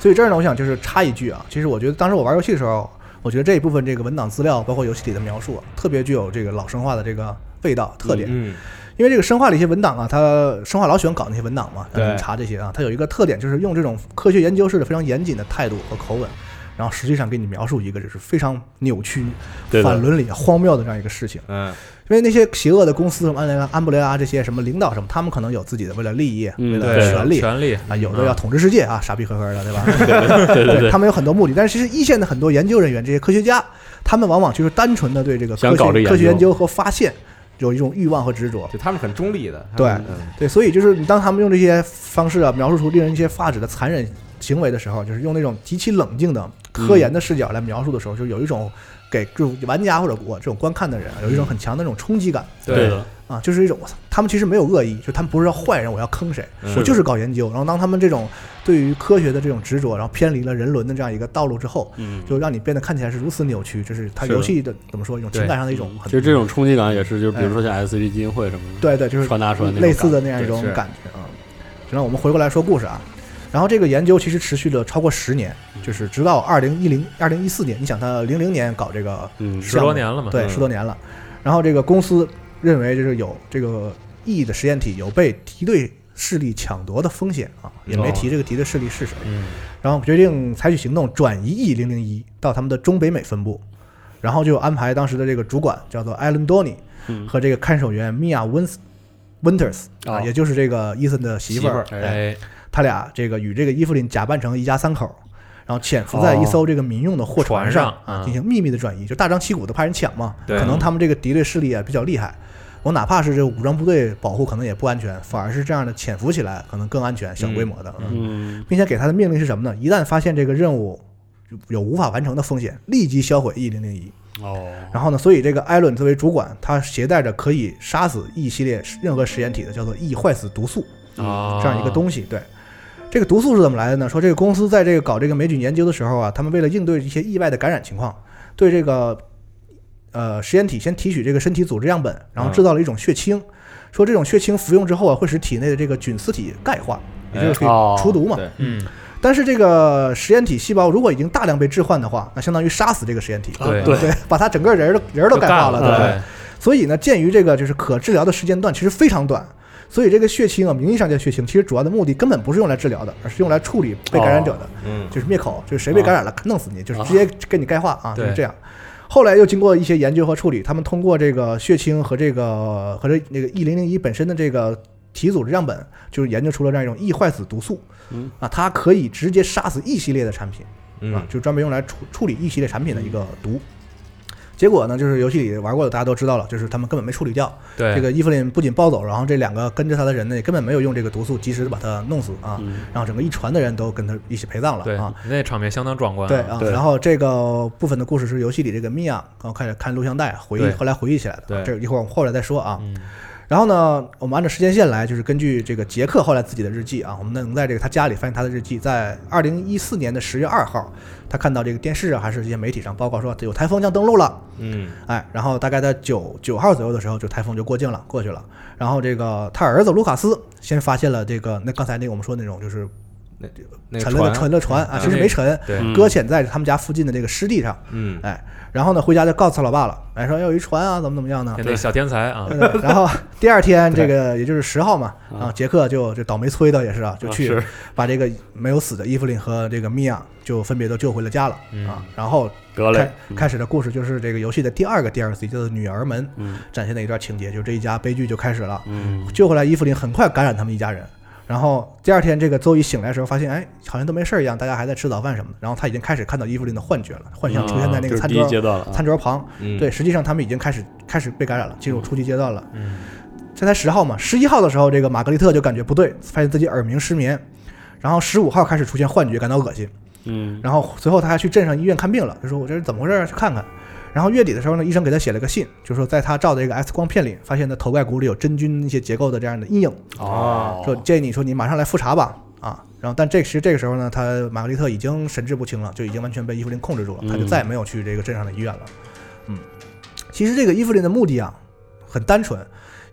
所以这儿呢，我想就是插一句啊，其实我觉得当时我玩游戏的时候，我觉得这一部分这个文档资料，包括游戏里的描述啊，特别具有这个老生化的这个味道特点。
嗯，
因为这个生化的一些文档啊，它生化老喜欢搞那些文档嘛，
对
让你查这些啊，它有一个特点就是用这种科学研究式的非常严谨的态度和口吻，然后实际上给你描述一个就是非常扭曲、
对的
反伦理、荒谬的这样一个事情。
嗯，
因为那些邪恶的公司，什么安德安布雷拉这些什么领导什么，他们可能有自己的为了利益、
嗯
为了
对
权利。
权利
啊，有的要统治世界啊，傻逼呵呵的，对吧？
[laughs] 对对对，
他们有很多目的，但是其实一线的很多研究人员，这些科学家，他们往往就是单纯的对这个科
想搞这
学
研究
科学研究和发现有一种欲望和执着。
就他们很中立的，
对
他们嗯
对，所以就是你当他们用这些方式啊，描述出令人一些发指的残忍行为的时候，就是用那种极其冷静的科研的视角来描述的时候，就有一种给这种玩家或者我这种观看的人啊
嗯
有一种很强的那种冲击感
对的，
啊，就是一种我操，他们其实没有恶意，就他们不是要坏人，我要坑谁，
嗯
我
的
就是搞研究。然后当他们这种对于科学的这种执着，然后偏离了人伦的这样一个道路之后，
嗯，
就让你变得看起来是如此扭曲，这是它
是的
游戏的怎么说一种情感上的一种很，
其实这种冲击感也是，就比如说像 S G 基金会什么的，
对对，就是
传达出来那种
类似的那
感
样一种
对是
感觉啊。然后我们回过来说故事啊，然后这个研究其实持续了超过十年，就是直到二零一零、二零一四年，你想他零零年搞这个
嗯，
十
项目
多年了嘛？
对，
嗯
十多年了。然后这个公司认为就是有这个异的实验体有被敌对势力抢夺的风险啊，也没
哦
提这个敌对势力是谁。
嗯，
然后决定采取行动，转移 E 零零一到他们的中北美分部，然后就安排当时的这个主管叫做艾伦多尼
嗯
和这个看守员米娅温斯 Winters 啊，
哦
也就是这个伊森的媳妇儿，
媳妇
哎，
哎，
他俩这个与这个伊芙琳假扮成一家三口。然后潜伏在一艘这个民用的货哦船上
船上嗯
啊，进行秘密的转移，就大张旗鼓的派人抢嘛。
对
可能他们这个敌对势力啊比较厉害，我哪怕是这武装部队保护，可能也不安全，反而是这样的潜伏起来可能更安全，小规模的。嗯
嗯，
并且给他的命令是什么呢？一旦发现这个任务有无法完成的风险，立即销毁 E 零零一。
哦，
然后呢，所以这个艾伦作为主管，他携带着可以杀死 E 系列任何实验体的叫做 E 坏死毒素
啊，
嗯这
哦
样一个东西。对，这个毒素是怎么来的呢？说这个公司在这个搞这个霉菌研究的时候啊，他们为了应对一些意外的感染情况，对这个呃实验体先提取这个身体组织样本，然后制造了一种血清。说这种血清服用之后啊，会使体内的这个菌丝体钙化，也就是可
哦
以除毒嘛。
对，
嗯，
但是这个实验体细胞如果已经大量被置换的话，那相当于杀死这个实验体，
对
对
啊对，把它整个人儿都人儿都
就
钙
干
化
了，
对不对？
对，
所以呢，鉴于这个就是可治疗的时间段其实非常短，所以这个血清啊，名义上叫血清，其实主要的目的根本不是用来治疗的，而是用来处理被感染者的，
嗯，
就是灭口，就是谁被感染了，弄死你，就是直接给你钙化啊，就
对
是这样。后来又经过一些研究和处理，他们通过这个血清和这个和这那个 E 零零一本身的这个体组织样本，就是研究出了这样一种 E 坏死毒素，
嗯
啊，它可以直接杀死 E 系列的产品。啊
嗯，，
就专门用来处处理一系列产品的一个毒。结果呢，就是游戏里玩过的大家都知道了，就是他们根本没处理掉
对，
这个伊芙琳不仅暴走，然后这两个跟着他的人呢，也根本没有用这个毒素及时地把他弄死啊，
嗯
然后整个一船的人都跟他一起陪葬了
对
啊。，
那场面相当壮观。
对啊，
对
然后这个部分的故事是游戏里这个米娅，然后开始看录像带回忆，
对
后来回忆起来的
对
啊。这一会儿我们后来再说啊。
嗯，
然后呢，我们按照时间线来，就是根据这个杰克后来自己的日记啊，我们能在这个他家里发现他的日记，在二零一四年的十月二号，他看到这个电视啊，还是一些媒体上报告说有台风将登陆了，
嗯，
哎，然后大概在九九号左右的时候，就台风就过境了，过去了。然后这个他儿子卢卡斯先发现了这个那刚才那个我们说那种就是
那个
沉了的
船，
沉了船啊，
嗯
其实没沉，
对，
嗯
搁浅在他们家附近的这个湿地上，
嗯，
哎，然后呢回家就告诉他老爸了，哎说要有一船啊，怎么怎么样呢？
那小天才啊，
对然后第二天，这
对
个也就是十号嘛，
啊
然后杰克就就倒霉催的也是啊，就
啊
去
是
把这个没有死的伊芙琳和这个米娅就分别都救回了家了
嗯
啊。然后
得嘞
开，开始的故事就是这个游戏的第二个 DLC，叫做《女儿们》，
嗯
展现的一段情节，就这一家悲剧就开始了。
嗯，
救回来伊芙琳很快感染他们一家人，然后第二天这个邹伊醒来的时候发现，哎，好像都没事儿一样，大家还在吃早饭什么的。然后他已经开始看到伊芙琳的幻觉了，幻象出现在那个
啊这是
餐
第
桌
一阶段了啊，
餐桌旁。
嗯
对，，实际上他们已经开始开始被感染了，进入初级阶段了。
嗯，
这才十号嘛，十一号的时候，这个玛格丽特就感觉不对，发现自己耳鸣失眠，然后十五号开始出现幻觉，感到恶心，
嗯
然后随后他还去镇上医院看病了，就说我这是怎么回事啊，去看看。然后月底的时候呢，医生给他写了个信，就说在他照的这个 X 光片里，发现他头盖骨里有真菌一些结构的这样的阴影，
哦
说建议你说你马上来复查吧，啊，然后但这其实这个时候呢，他玛格丽特已经神志不清了，就已经完全被伊芙琳控制住了，他就
嗯
再也没有去这个镇上的医院了。嗯，其实这个伊芙琳的目的啊很单纯，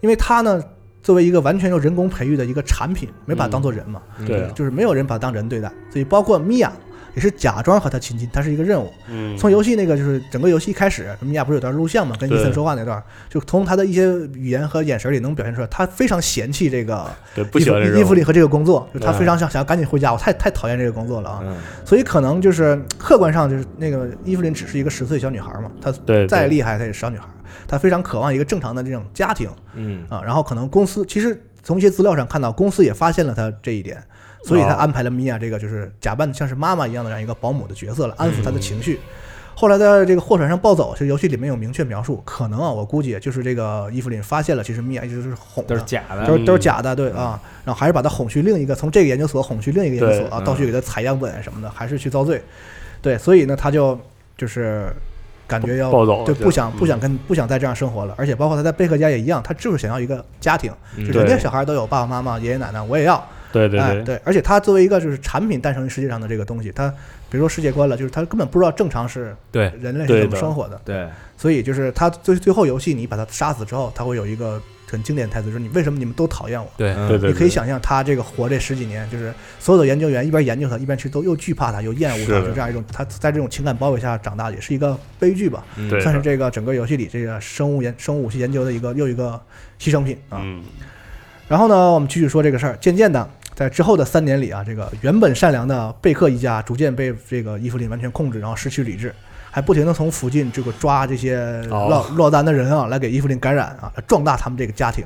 因为她呢作为一个完全由人工培育的一个产品，没把它当做人嘛，
嗯
对啊
就是没有人把它当人对待，所以包括米娅也是假装和他亲近，它是一个任务。
嗯，
从游戏那个就是整个游戏一开始，米娅不是有段录像嘛，跟伊森
对
说话那段，就从他的一些语言和眼神里能表现出来，他非常嫌弃这个。
对不喜欢这嗯
伊芙
种
里和这个工作，就他
对
非常想想要赶紧回家，我太太讨厌这个工作了啊！
嗯，
所以可能就是客观上就是那个伊芙琳只是一个十岁小女孩嘛，她
对对
再厉害她也是小女孩，她非常渴望一个正常的这种家庭
嗯，
啊。然后可能公司其实从一些资料上看到，公司也发现了她这一点，所以她
哦
安排了米娅这个就是假扮像是妈妈一样的这样一个保姆的角色来安抚她
嗯
的情绪。后来在这个货船上暴走，其实游戏里面有明确描述，可能啊，我估计也就是这个伊芙琳发现了，其实米娅一直都是哄
都
的
是，假
嗯
的，
都是都是假的，对啊，然后还是把他哄去另一个，从这个研究所哄去另一个研究所啊，
对
到
嗯
处给他采样本什么的，还是去遭罪，对，所以呢，他就就是感觉要
暴走了
就
就
不想不
嗯
想跟不想再这样生活了，而且包括他在贝克家也一样，他就是想要一个家庭，就
嗯
人
对
家小孩都有爸爸妈妈、爷爷奶奶，我也要，
对对
哎
对，
对，而且他作为一个就是产品诞生于世界上的这个东西，他比如说世界观了，就是他根本不知道正常是
对，
人类是
对
怎么
的
生活的，
对，
所以就是他最最后游戏你把他杀死之后，他会有一个很经典的台词，就是你为什么你们都讨厌我？
对，
嗯
对对
你可以想象他这个活这十几年，就是所有的研究员一边研究他，一边去都又惧怕他，又厌恶
是
他，
的
就这样一种他在这种情感包围下长大，也是一个悲剧吧，
嗯
对
算是这个整个游戏里这个生物研生物武器研究的一个又一个牺牲品啊。
嗯
然后呢，我们继续说这个事儿。渐渐的，在之后的三年里啊，这个原本善良的贝克一家逐渐被这个伊芙琳完全控制，然后失去理智，还不停的从附近这个抓这些
哦
落、落单的人啊，来给伊芙琳感染啊，来壮大他们这个家庭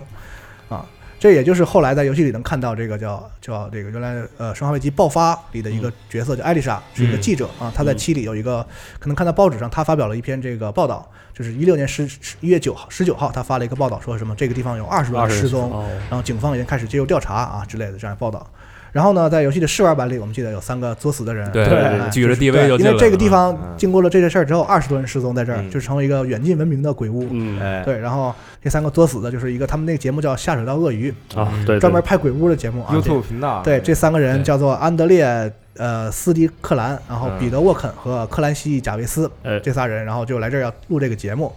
啊。这也就是后来在游戏里能看到这个叫叫这个原来呃《生化危机爆发》里的一个角色叫艾丽莎，是一个记者啊。她在
嗯
七里有一个可能看到报纸上她发表了一篇这个报道，就是一六年十一月九号十九号她发了一个报道，说什么这个地方有二十多人
20
失踪，
哦
然后警方已经开始介入调查啊之类的这样报道。然后呢，在游戏的试玩版里，我们记得有三个作死的人，
对
对
哎
举着
就是
DV
对
就进
因为
来
这个
了
地方
嗯
经过了这件事儿之后，二十多人失踪在这儿，
嗯
就成为一个远近闻名的鬼屋。
嗯
哎，
对，然后这三个作死的就是一个他们那个节目叫《下水道鳄鱼
啊对》，对
专门拍鬼屋的节目啊。这
，YouTube 频道，
对，这三个人
对
叫做安德烈、呃斯蒂克兰，然后
嗯
彼得沃肯和克兰西贾维斯
哎
这仨人，然后就来这儿要录这个节目，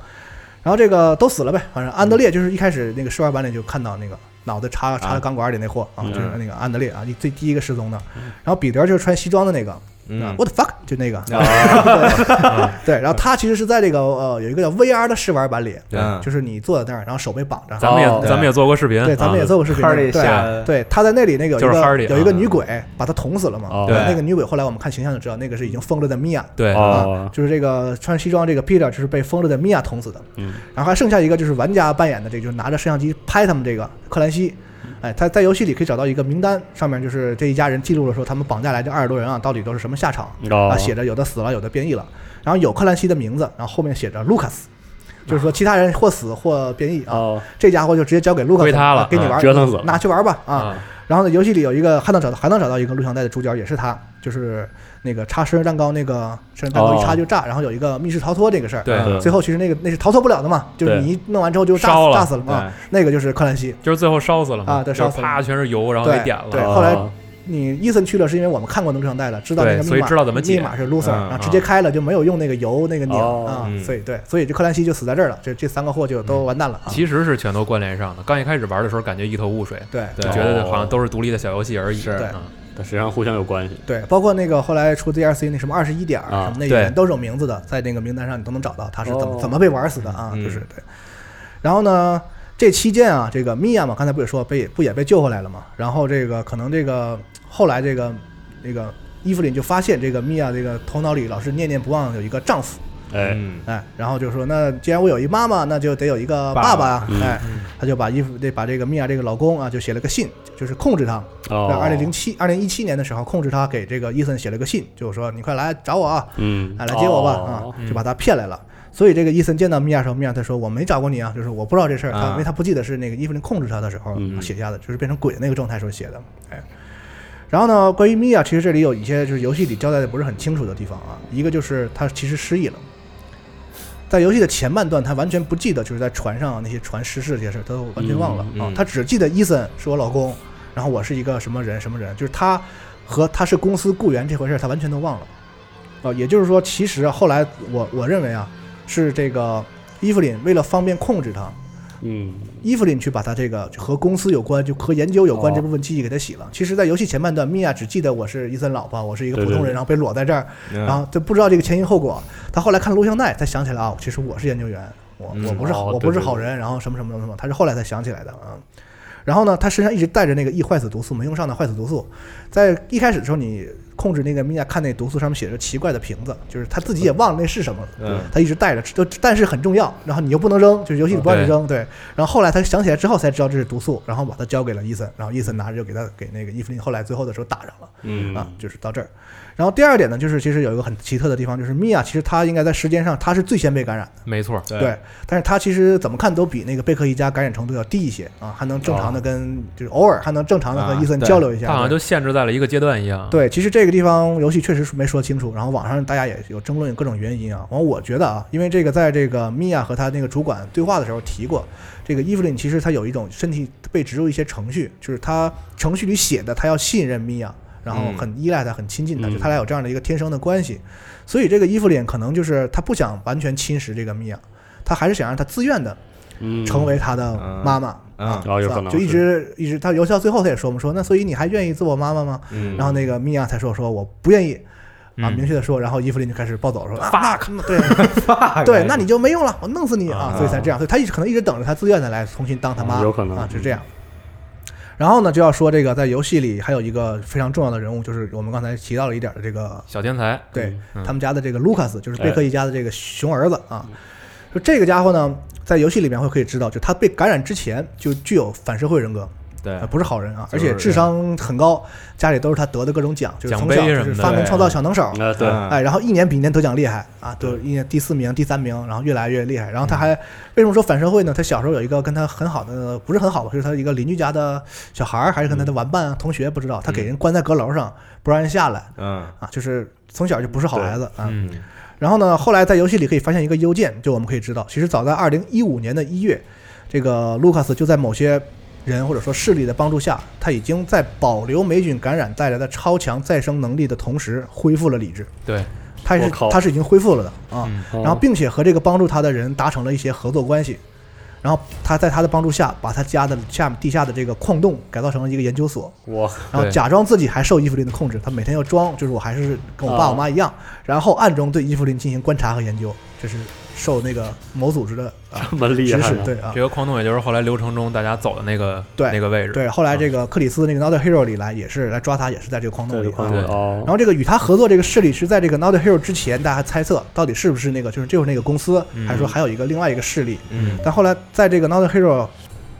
然后这个都死了呗，反正安德烈就是一开始那个试玩版里就看到那个。脑袋插插
啊
到钢管里那货啊，
嗯
就是那个安德烈啊，你最第一个失踪的。然后彼得就是穿西装的那个，啊
嗯，
，what the fuck 就那个， [laughs]
啊
对。然后他其实是在这个呃有一个叫 VR 的试玩版里，
嗯
就是你坐在那儿，然后手被绑着，
咱们也
哦
咱们也做过视频，啊
对，咱们也做过视频的，
Harley 下
对对，他在那里那个有一
就是 Harley，
个有一个
啊
女鬼把他捅死了嘛
哦，
对
那个女鬼后来我们看形象就知道，那个是已经疯了的米娅。
对，
啊
哦，
就是这个穿西装这个 Peter 就是被疯了的米娅捅死的，
嗯
然后还剩下一个就是玩家扮演的这个，就是拿着摄像机拍他们这个克兰西，哎，他在游戏里可以找到一个名单，上面就是这一家人记录了说他们绑架来这二十多人啊，到底都是什么下场
哦
啊，写着有的死了，有的变异了，然后有克兰西的名字，然后后面写着卢卡斯就是说其他人或死或变异啊，
哦，
这家伙就直接交给卢克
归
斯
他了
给你
啊
玩，
折腾死了
拿去玩吧啊。然后呢，游戏里有一个还能找到还能找到一个录像带的主角，也是他，就是那个插生日蛋糕那个生日蛋糕一插就炸，然后有一个密室逃脱这个事儿。
哦对
嗯
最后其实那个那是逃脱不了的嘛，就是
对
你一弄完之后就炸
烧
死
了
炸死了
哎
嘛。那个就是克兰西，
就是最后烧死了嘛，
啊
就
对
是
烧死了
啪全是油，然后给点
对
了，
后来
哦
你伊森去了是因为我们看过那录像带了，知道那
对
个密码，
所以知道怎么解
密码是 loser，、
嗯
然后直接开了就没有用那个油那个钮、
哦
啊，
嗯
所以对，所以这克兰西就死在这儿了，这这三个货就都完蛋了啊。
嗯其实是全都关联上的。刚一开始玩的时候感觉一头雾水，
对
就
对
觉得好像都是独立的小游戏而已。
是
哦对
嗯
但实际上互相有关系。
对，包括那个后来出 DLC 那什么二十一点儿
啊
什么那些
对
都是有名字的，在那个名单上你都能找到他是怎么、
哦嗯
怎么被玩死的啊，
嗯
就是对。然后呢，这期间啊，这个米娅嘛，刚才不也说被不也被救回来了嘛？然后这个可能这个后来这个那个伊芙琳就发现这个米娅这个头脑里老是念念不忘有一个丈夫，
哎，
嗯
哎，然后就说那既然我有一妈妈，那就得有一个爸
爸
爸
爸
呀，
嗯
哎，他就把伊芙这把这个米娅这个老公啊就写了个信，就是控制他。
哦，
在二零零七、二零一七年的时候，控制他给这个伊森写了个信，就是说你快来找我啊，
嗯，
哎，来接我吧啊
哦，
就把他骗来了。所以这个伊森见到米娅的时候，米娅他说我没找过你啊，就是我不知道这事儿，他
啊
因为他不记得是那个伊芙琳控制他的时候
嗯
写下的，就是变成鬼的那个状态时候写的，哎。然后呢，关于米娅，其实这里有一些就是游戏里交代的不是很清楚的地方啊。一个就是她其实失忆了，在游戏的前半段，她完全不记得就是在船上那些传失事这些事儿，她都完全忘了
嗯
啊
嗯。
她只记得伊森是我老公，然后我是一个什么人什么人，就是她和她是公司雇员这回事儿，她完全都忘了。啊，也就是说，其实啊后来我我认为啊，是这个伊芙琳为了方便控制她，
嗯，
伊芙琳去把她这个和公司有关，就和研究有关这部分记忆给她洗了。其实，在游戏前半段，米娅只记得我是伊森老婆，我是一个普通人，
对对对
然后被裸在这儿，
嗯 [laughs]
然后就不知道这个前因后果。她后来看录像带才想起来啊，其实我是研究员，我
嗯
我不是好，
哦
我不是
对对对
好人，然后什么什么什么什么，她是后来才想起来的啊。然后呢，她身上一直带着那个易坏死毒素没用上的坏死毒素，在一开始的时候，你控制那个米娅看那毒素上面写着奇怪的瓶子，就是她自己也忘了那是什么了。
嗯
他一直带着，就但是很重要。然后你又不能扔，就是游戏里不让你
对
扔，对。然后后来他想起来之后才知道这是毒素，然后把它交给了伊森，然后伊森拿着就给他给那个伊芙琳，后来最后的时候打上了。
嗯
啊，就是到这儿。然后第二点呢，就是其实有一个很奇特的地方，就是米娅其实她应该在时间上她是最先被感染的，
没错，
对
对。但是她其实怎么看都比那个贝克一家感染程度要低一些啊，还能正常的跟、就是偶尔还能正常的和伊森
啊对
交流一下。
它好像
对
就限制在了一个阶段一样。
对，其实这个地方游戏确实是没说清楚，然后网上大家也有争论各种原因啊。完，我觉得啊，因为这个在这个米娅和她那个主管对话的时候提过，这个伊芙琳其实她有一种身体被植入一些程序，就是她程序里写的，她要信任米娅，然后
嗯
很依赖她，很亲近她，就
嗯
他俩有这样的一个天生的关系。所以这个伊芙琳可能就是她不想完全侵蚀这个米娅，她还是想让她自愿的
嗯
成为她的妈妈。
嗯
啊，
哦有
是吧
可能
就是一直一直，她游戏到最后她也说嘛，说那所以你还愿意做我妈妈吗？
嗯
然后那个米娅才说说我不愿意啊，
嗯
明确的说，然后伊芙琳就开始暴走说
Fuck
啊那对
[laughs]
对，那你就没用了，我弄死你啊，
啊
所以才这样，所以他一直可能一直等着他自愿的来重新当他妈，
嗯有可能
啊，是这样。然后呢，就要说这个在游戏里还有一个非常重要的人物，就是我们刚才提到了一点的这个
小天才，
对
嗯
他们家的这个卢卡斯，就是贝克一家的这个熊儿子啊。就这个家伙呢，在游戏里面会可以知道，就他被感染之前就具有反社会人格，
对
呃，不是好人啊，而
就是
且智商很高，家里都是他得的各种奖，就是
奖
从
杯
小就
什么
是
的
发明
对
创造小能手，
啊，对，
嗯
哎，然后一年比一年得奖厉害啊，得一年第四名、第三名，然后越来越厉害。然
嗯
后他还为什么说反社会呢？他小时候有一个跟他很好的，不是很好吧，就是他一个邻居家的小孩儿，还是
嗯
跟他的玩伴啊、同学，不知道，他给人关在阁楼上，不让人下来
嗯
啊，就是从小就不是好孩子啊。
嗯，
然后呢，后来在游戏里可以发现一个邮件，就我们可以知道，其实早在二零一五年的一月，这个卢卡斯就在某些人或者说势力的帮助下，他已经在保留霉菌感染带来的超强再生能力的同时，恢复了理智。
对，
他是
我靠
他是已经恢复了的啊，
嗯
哦
然后并且和这个帮助他的人达成了一些合作关系，然后他在他的帮助下，把他家的下地下的这个矿洞改造成了一个研究所，
我 [laughs]
然后
对
假装自己还受伊芙琳的控制，他每天要装，就是我还是跟我爸
啊
我妈一样，然后暗中对伊芙琳进行观察和研究，这是受那个某组织的 [laughs] 啊
这么厉
指
害
使
呢，，
对啊
这。个矿洞也就是后来流程中大家走的那个
对
那个位置，
对，后来这个克里斯那个 Another Hero 里来也是来抓他，也是啊在这个矿洞
这
里
就看。
啊
我
对
然
哦，
后这个与他合作这个势力是在这个 Another Hero 之前，大家还猜测到底是不是嗯那个就是就是那个公司，还是说还有一个另外一个势力？
嗯
但后来在这个 Another Hero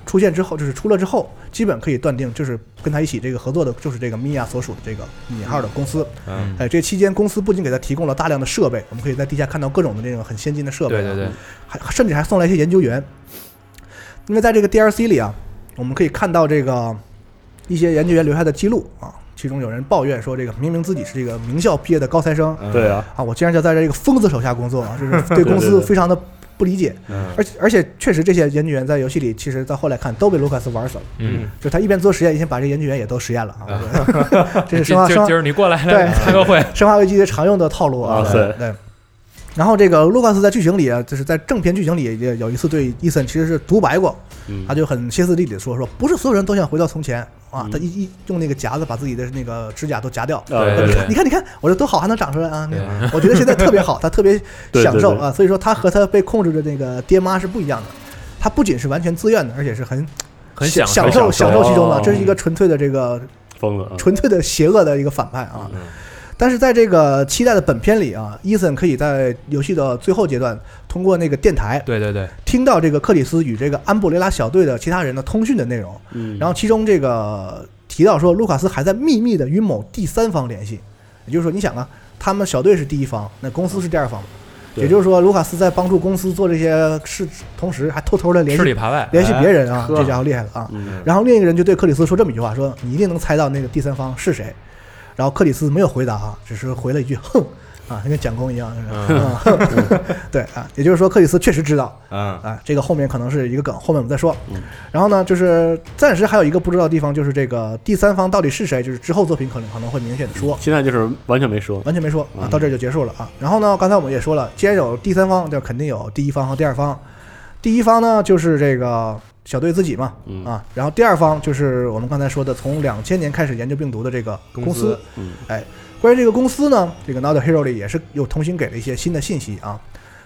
出出现之后，就是出了之后，基本可以断定，就是跟他一起这个合作的，就是这个米娅所属的这个引号的公司。
嗯，
哎，这期间公司不仅给他提供了大量的设备，我们可以在地下看到各种的这种很先进的设备、啊，
对对对，
还甚至还送来一些研究员。因为在这个 DLC 里啊，我们可以看到这个一些研究员留下的记录啊，其中有人抱怨说，这个明明自己是这个名校毕业的高材生
嗯
对，啊，
啊，我竟然就在这个疯子手下工作啊，就是
对
对公司
对对
非常的不理解。
嗯
而且而且确实，这些研究员在游戏里，其实到后来看都被卢卡斯玩死了。
嗯，
就他一边做实验，一边把这研究员也都实验了啊！我觉得 [laughs] 这
今
是生化
今
生
今儿你过来
对
来开个会，
生化危机的常用的套路啊
啊。
对
是
对。然后这个卢卡斯在剧情里啊，就是在正片剧情里也有一次对伊森其实是独白过，
嗯
他就很歇斯底里的说说，不是所有人都想回到从前啊
嗯！
他一一用那个夹子把自己的那个指甲都夹掉，
对
啊
对
你
对
看，你看，你看，我这多好，还能长出来啊
对！
我觉得现在特别好，他特别
对
享受
对对
啊，所以说他和他被控制的那个爹妈是不一样的。他不仅是完全自愿的，而且是很
很
享
受，
受
享
享受
受
其中的
哦，
这是一个纯粹的这个
疯了啊，
纯粹的邪恶的一个反派啊。
嗯
但是在这个期待的本片里啊，伊森可以在游戏的最后阶段通过那个电台
对对对，
听到这个克里斯与这个安布雷拉小队的其他人的通讯的内容，
嗯，
然后其中这个提到说，卢卡斯还在秘密的与某第三方联系，也就是说，你想啊，他们小队是第一方，那公司是第二方，
对
也就是说，卢卡斯在帮助公司做这些事，同时还偷偷的联
吃
系
里扒外，
联系别人啊，
哎呵
这家伙厉害了啊！
嗯
然后另一个人就对克里斯说这么一句话，说你一定能猜到那个第三方是谁。然后克里斯没有回答啊，只是回了一句哼啊，跟蒋公一样，就是啊哼对啊， [laughs] 也就是说克里斯确实知道
嗯
啊，这个后面可能是一个梗，后面我们再说
嗯。
然后呢，就是暂时还有一个不知道的地方，就是这个第三方到底是谁，就是之后作品可能可能会明显的说。
现在就是完全没说，嗯
完全没说啊，到这儿就结束了啊。然后呢，刚才我们也说了，既然有第三方，就肯定有第一方和第二方。第一方呢，就是这个小队自己嘛，
嗯
啊，然后第二方就是我们刚才说的，从两千年开始研究病毒的这个公哎
公司
嗯
关于这个公司呢，这个 Not Hero 里也是有重新给了一些新的信息啊。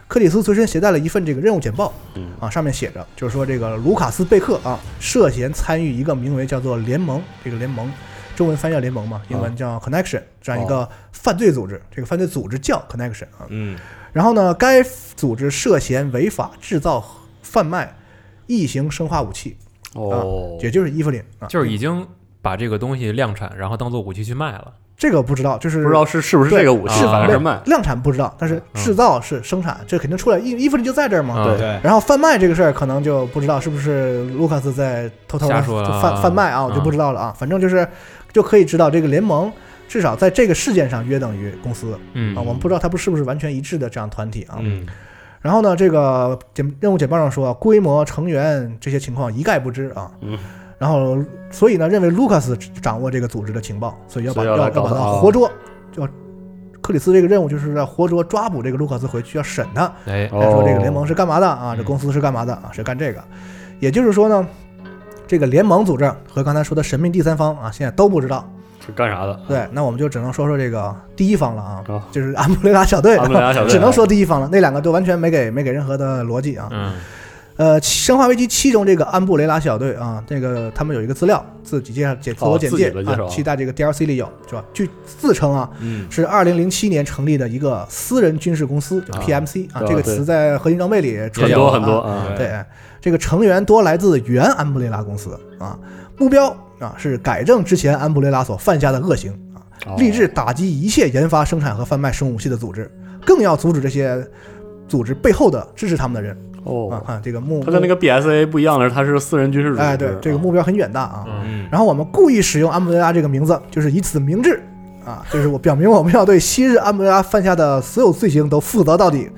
克里斯随身携带了一份这个任务简报
嗯
啊，上面写着，就是说这个卢卡斯贝克啊，涉嫌参与一个名为叫做联盟，这个联盟，中文翻译叫联盟嘛，英文叫 Connection 这样一个犯罪组织，这个犯罪组织叫 Connection 啊。
嗯
然后呢，该组织涉嫌违法制造、贩卖异形生化武器，
哦，
啊也就是伊芙琳啊。
就是已经把这个东西量产，然后当做武器去卖了。
这个不知道，就是
不知道是是不是这个武器，
啊
对
反正是卖，
量产不知道，但是制造是生产，这肯定出来。伊伊芙琳就在这儿嘛。
嗯
对，
然后贩卖这个事儿，可能就不知道是不是卢卡斯在偷偷的
瞎说了啊
贩贩卖啊，我就不知道了啊。反正就是就可以知道，这个联盟至少在这个事件上约等于公司
嗯
啊。我们不知道它不是不是完全一致的这样团体啊。
嗯
然后呢，这个简任务简报上说，规模、成员这些情况一概不知啊。
嗯。
然后，所以呢，认为卢卡斯掌握这个组织的情报，所以要
所
把
以要
要
来搞
把
他
他
啊
活捉。就克里斯这个任务就是要活捉抓捕这个卢卡斯回去，要审他，
哎，
哦
来说这个联盟是干嘛的啊？这
嗯
公司是干嘛的啊？是干这个。也就是说呢，这个联盟组织和刚才说的神秘第三方啊，现在都不知道。
是干啥的？
对，那我们就只能说说这个第一方了啊，
啊，
就是安布雷拉小队了，
安布雷拉小队啊
[laughs] 只能说第一方了。那两个都完全没给没给任何的逻辑啊。
嗯
呃，《生化危机七》中这个安布雷拉小队啊，这个他们有一个资料自己介绍简自我
哦
简
自己
介、
的介
啊
绍，
期待这个 DLC 里有是吧？据自称啊，
嗯
是二零零七年成立的一个私人军事公司，就
啊
PMC 啊，
对
这个词在合金装备里
也
很
传
有
多
啊
很多啊，
对
对，这个成员多来自原安布雷拉公司啊，目标啊是改正之前安布雷拉所犯下的恶行啊，
哦
立志打击一切研发、生产和贩卖生物武器的组织，更要阻止这些组织背后的支持他们的人啊
哦。
啊，这个目
它跟那个 BSA 不一样的是，它是私人军事组织。
哎对，这个目标很远大啊。
嗯，
嗯
然后我们故意使用安布雷拉这个名字，就是以此明志啊，就是我表明我们要对昔日安布雷拉犯下的所有罪行都负责到底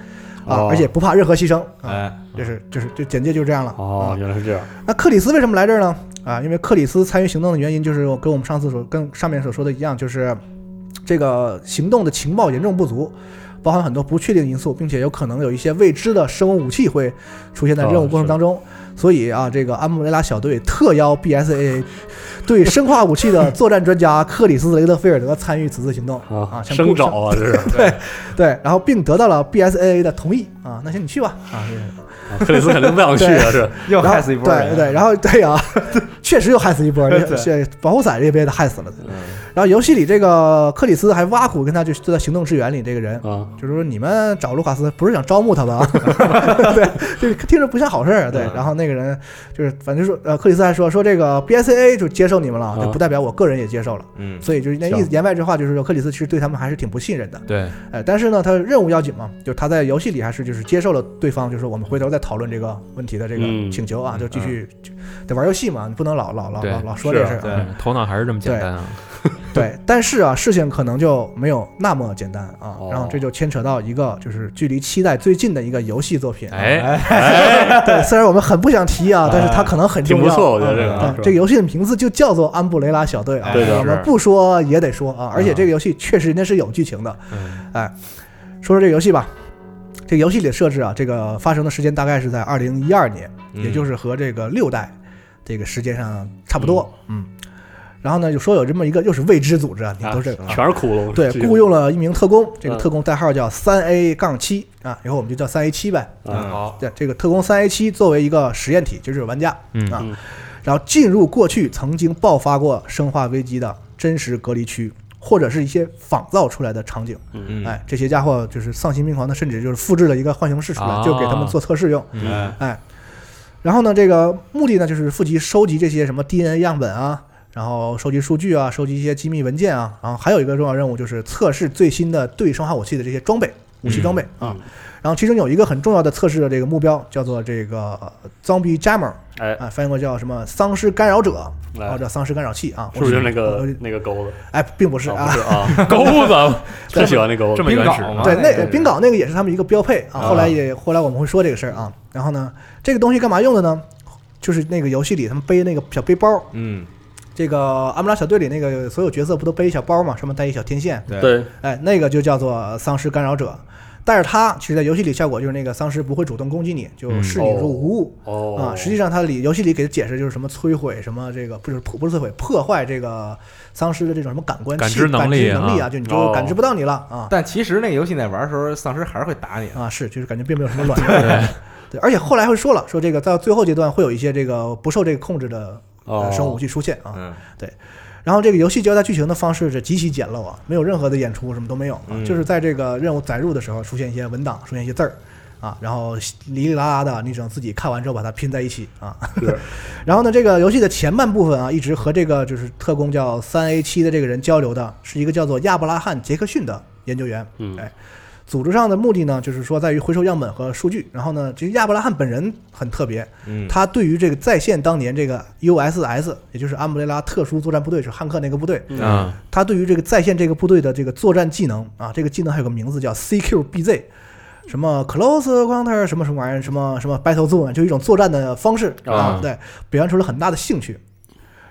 啊
哦，
而且不怕任何牺牲啊。
哎
这是就是就简介就这样了啊
哦，原来是这样。
那克里斯为什么来这儿呢？啊，因为克里斯参与行动的原因，就是我跟我们上次所跟上面所说的一样，就是这个行动的情报严重不足，包含很多不确定因素，并且有可能有一些未知的生物武器会出现在
哦
任务过程当中。所以啊，这个安布雷拉小队特邀 BSAA 对生化武器的作战专
[laughs]
家克里斯·雷德菲尔德参与此次行动啊，
啊，
像
生
故
找啊，这是
对，然后并得到了 BSAA 的同意啊，那行你去吧啊，
啊克里斯肯定不想去啊，是
又
然后
害死一波人，
对对，然后对啊，确实又害死一波，
对
这保护伞这边也害死了。
嗯
然后游戏里这个克里斯还挖苦跟他就就在行动支援里这个
嗯
人，
啊，
就是说你们找卢卡斯不是想招募他吧？ [laughs] 对，就是听着不像好事儿。啊对，
嗯
然后那个人就是反正说呃，克里斯还说说这个 BSA 就接受你们了，这
啊
不代表我个人也接受了。
嗯
所以就是那意思，
行
言外之话就是说，克里斯其实对他们还是挺不信任的。
对，
哎，但是呢，他任务要紧嘛，就是他在游戏里还是就是接受了对方，就是我们回头再讨论这个问题的这个
嗯
请求啊，
嗯
就继续就得玩游戏嘛，你不能老老老
对
老老说这事
对
儿啊。
嗯头脑还是这么简单啊。
对，但是啊，事情可能就没有那么简单啊。
哦
然后这就牵扯到一个就是距离期待最近的一个游戏作品。啊
哎，
[laughs] 对，虽然我们很不想提啊，但是它可能很
挺
重
不
要。
错，我觉得这个
对
啊，
嗯这个游戏的名字就叫做《安布雷拉小队》啊，
对的
我们
是
不说也得说啊，而且这个游戏确实人家是有剧情的，哎说说这个游戏吧。这个游戏里的设置啊，这个发生的时间大概是在二零一二年，
嗯
也就是和这个六代这个时间上差不多。嗯，然后呢，就说有这么一个又是未知组织啊，你
啊
都是这个啊
全是骷髅，
对，
这个
雇佣了一名特工，这个
嗯
特工代号叫三 A 杠七啊，以后我们就叫三 A 七呗。
嗯
啊，
好，
对，这个特工三 A 七作为一个实验体，就是玩家，
嗯
啊然后进入过去曾经爆发过生化危机的真实隔离区，或者是一些仿造出来的场景。
嗯
哎，这些家伙就是丧心病狂的，甚至就是复制了一个浣熊市出来，
啊
就给他们做测试用。
嗯，
哎，然后呢，这个目的呢就是复集收集这些什么 DNA 样本啊，然后收集数据啊，收集一些机密文件啊，然后还有一个重要任务就是测试最新的对生化武器的这些装备、武器装备啊。
嗯
然后其中有一个很重要的测试的这个目标叫做这个呃 Zombie Jammer
哎，
啊，翻译过来叫什么丧尸干扰者，
哎
或者丧尸干扰器啊，
是不是就那
我
个
我
那个钩子？
哎，并不是
哦
啊
不，是
[laughs]
啊，
钩子
特喜欢那钩子
这，么原始
冰岛吗
对，
啊
那
那个
个冰岛那个也是他们一个标配啊。
啊
后来也后来我们会说这个事儿啊。然后呢，这个东西干嘛用的呢？就是那个游戏里他们背那个小背包，
嗯，
这个阿姆拉小队里那个所有角色不都背一小包嘛，上面带一小天线，
对，
对，
哎，那个就叫做丧尸干扰者。但是它其实，在游戏里效果就是那个丧尸不会主动攻击你，就
嗯
视你如无物。
哦
啊，实际上它里游戏里给的解释就是什么摧毁什么这个不是破不是摧毁破坏这个丧尸的这种什么感官器
感知能力
能力
啊
就你就感知不到你了啊。
但其实那个游戏你在玩的时候，丧尸还是会打你。
啊，是，就是感觉并没有什么卵用。对，而且后来会说了，说这个到最后阶段会有一些这个不受这个控制的呃
哦
生物武器出现啊。
嗯
然后这个游戏交代剧情的方式是极其简陋啊，没有任何的演出，什么都没有、啊
嗯
就是在这个任务载入的时候出现一些文档，出现一些字儿啊，然后哩哩啦啦的，你只能自己看完之后把它拼在一起啊。
是
[laughs] 然后呢，这个游戏的前半部分啊，一直和这个就是特工叫三 A 七的这个人交流的是一个叫做亚伯拉罕·杰克逊的研究员，
嗯
哎。组织上的目的呢，就是说在于回收样本和数据。然后呢，其实亚伯拉罕本人很特别，
嗯，
他对于这个在线当年这个 USS，也就是安布雷拉特殊作战部队，就是汉克那个部队，
嗯，
他对于这个在线这个部队的这个作战技能啊，这个技能还有个名字叫 CQBZ，什么 Close Counter 什么什么玩意儿，什么什么 Battle Zone，就一种作战的方式啊
啊，
对，表现出了很大的兴趣。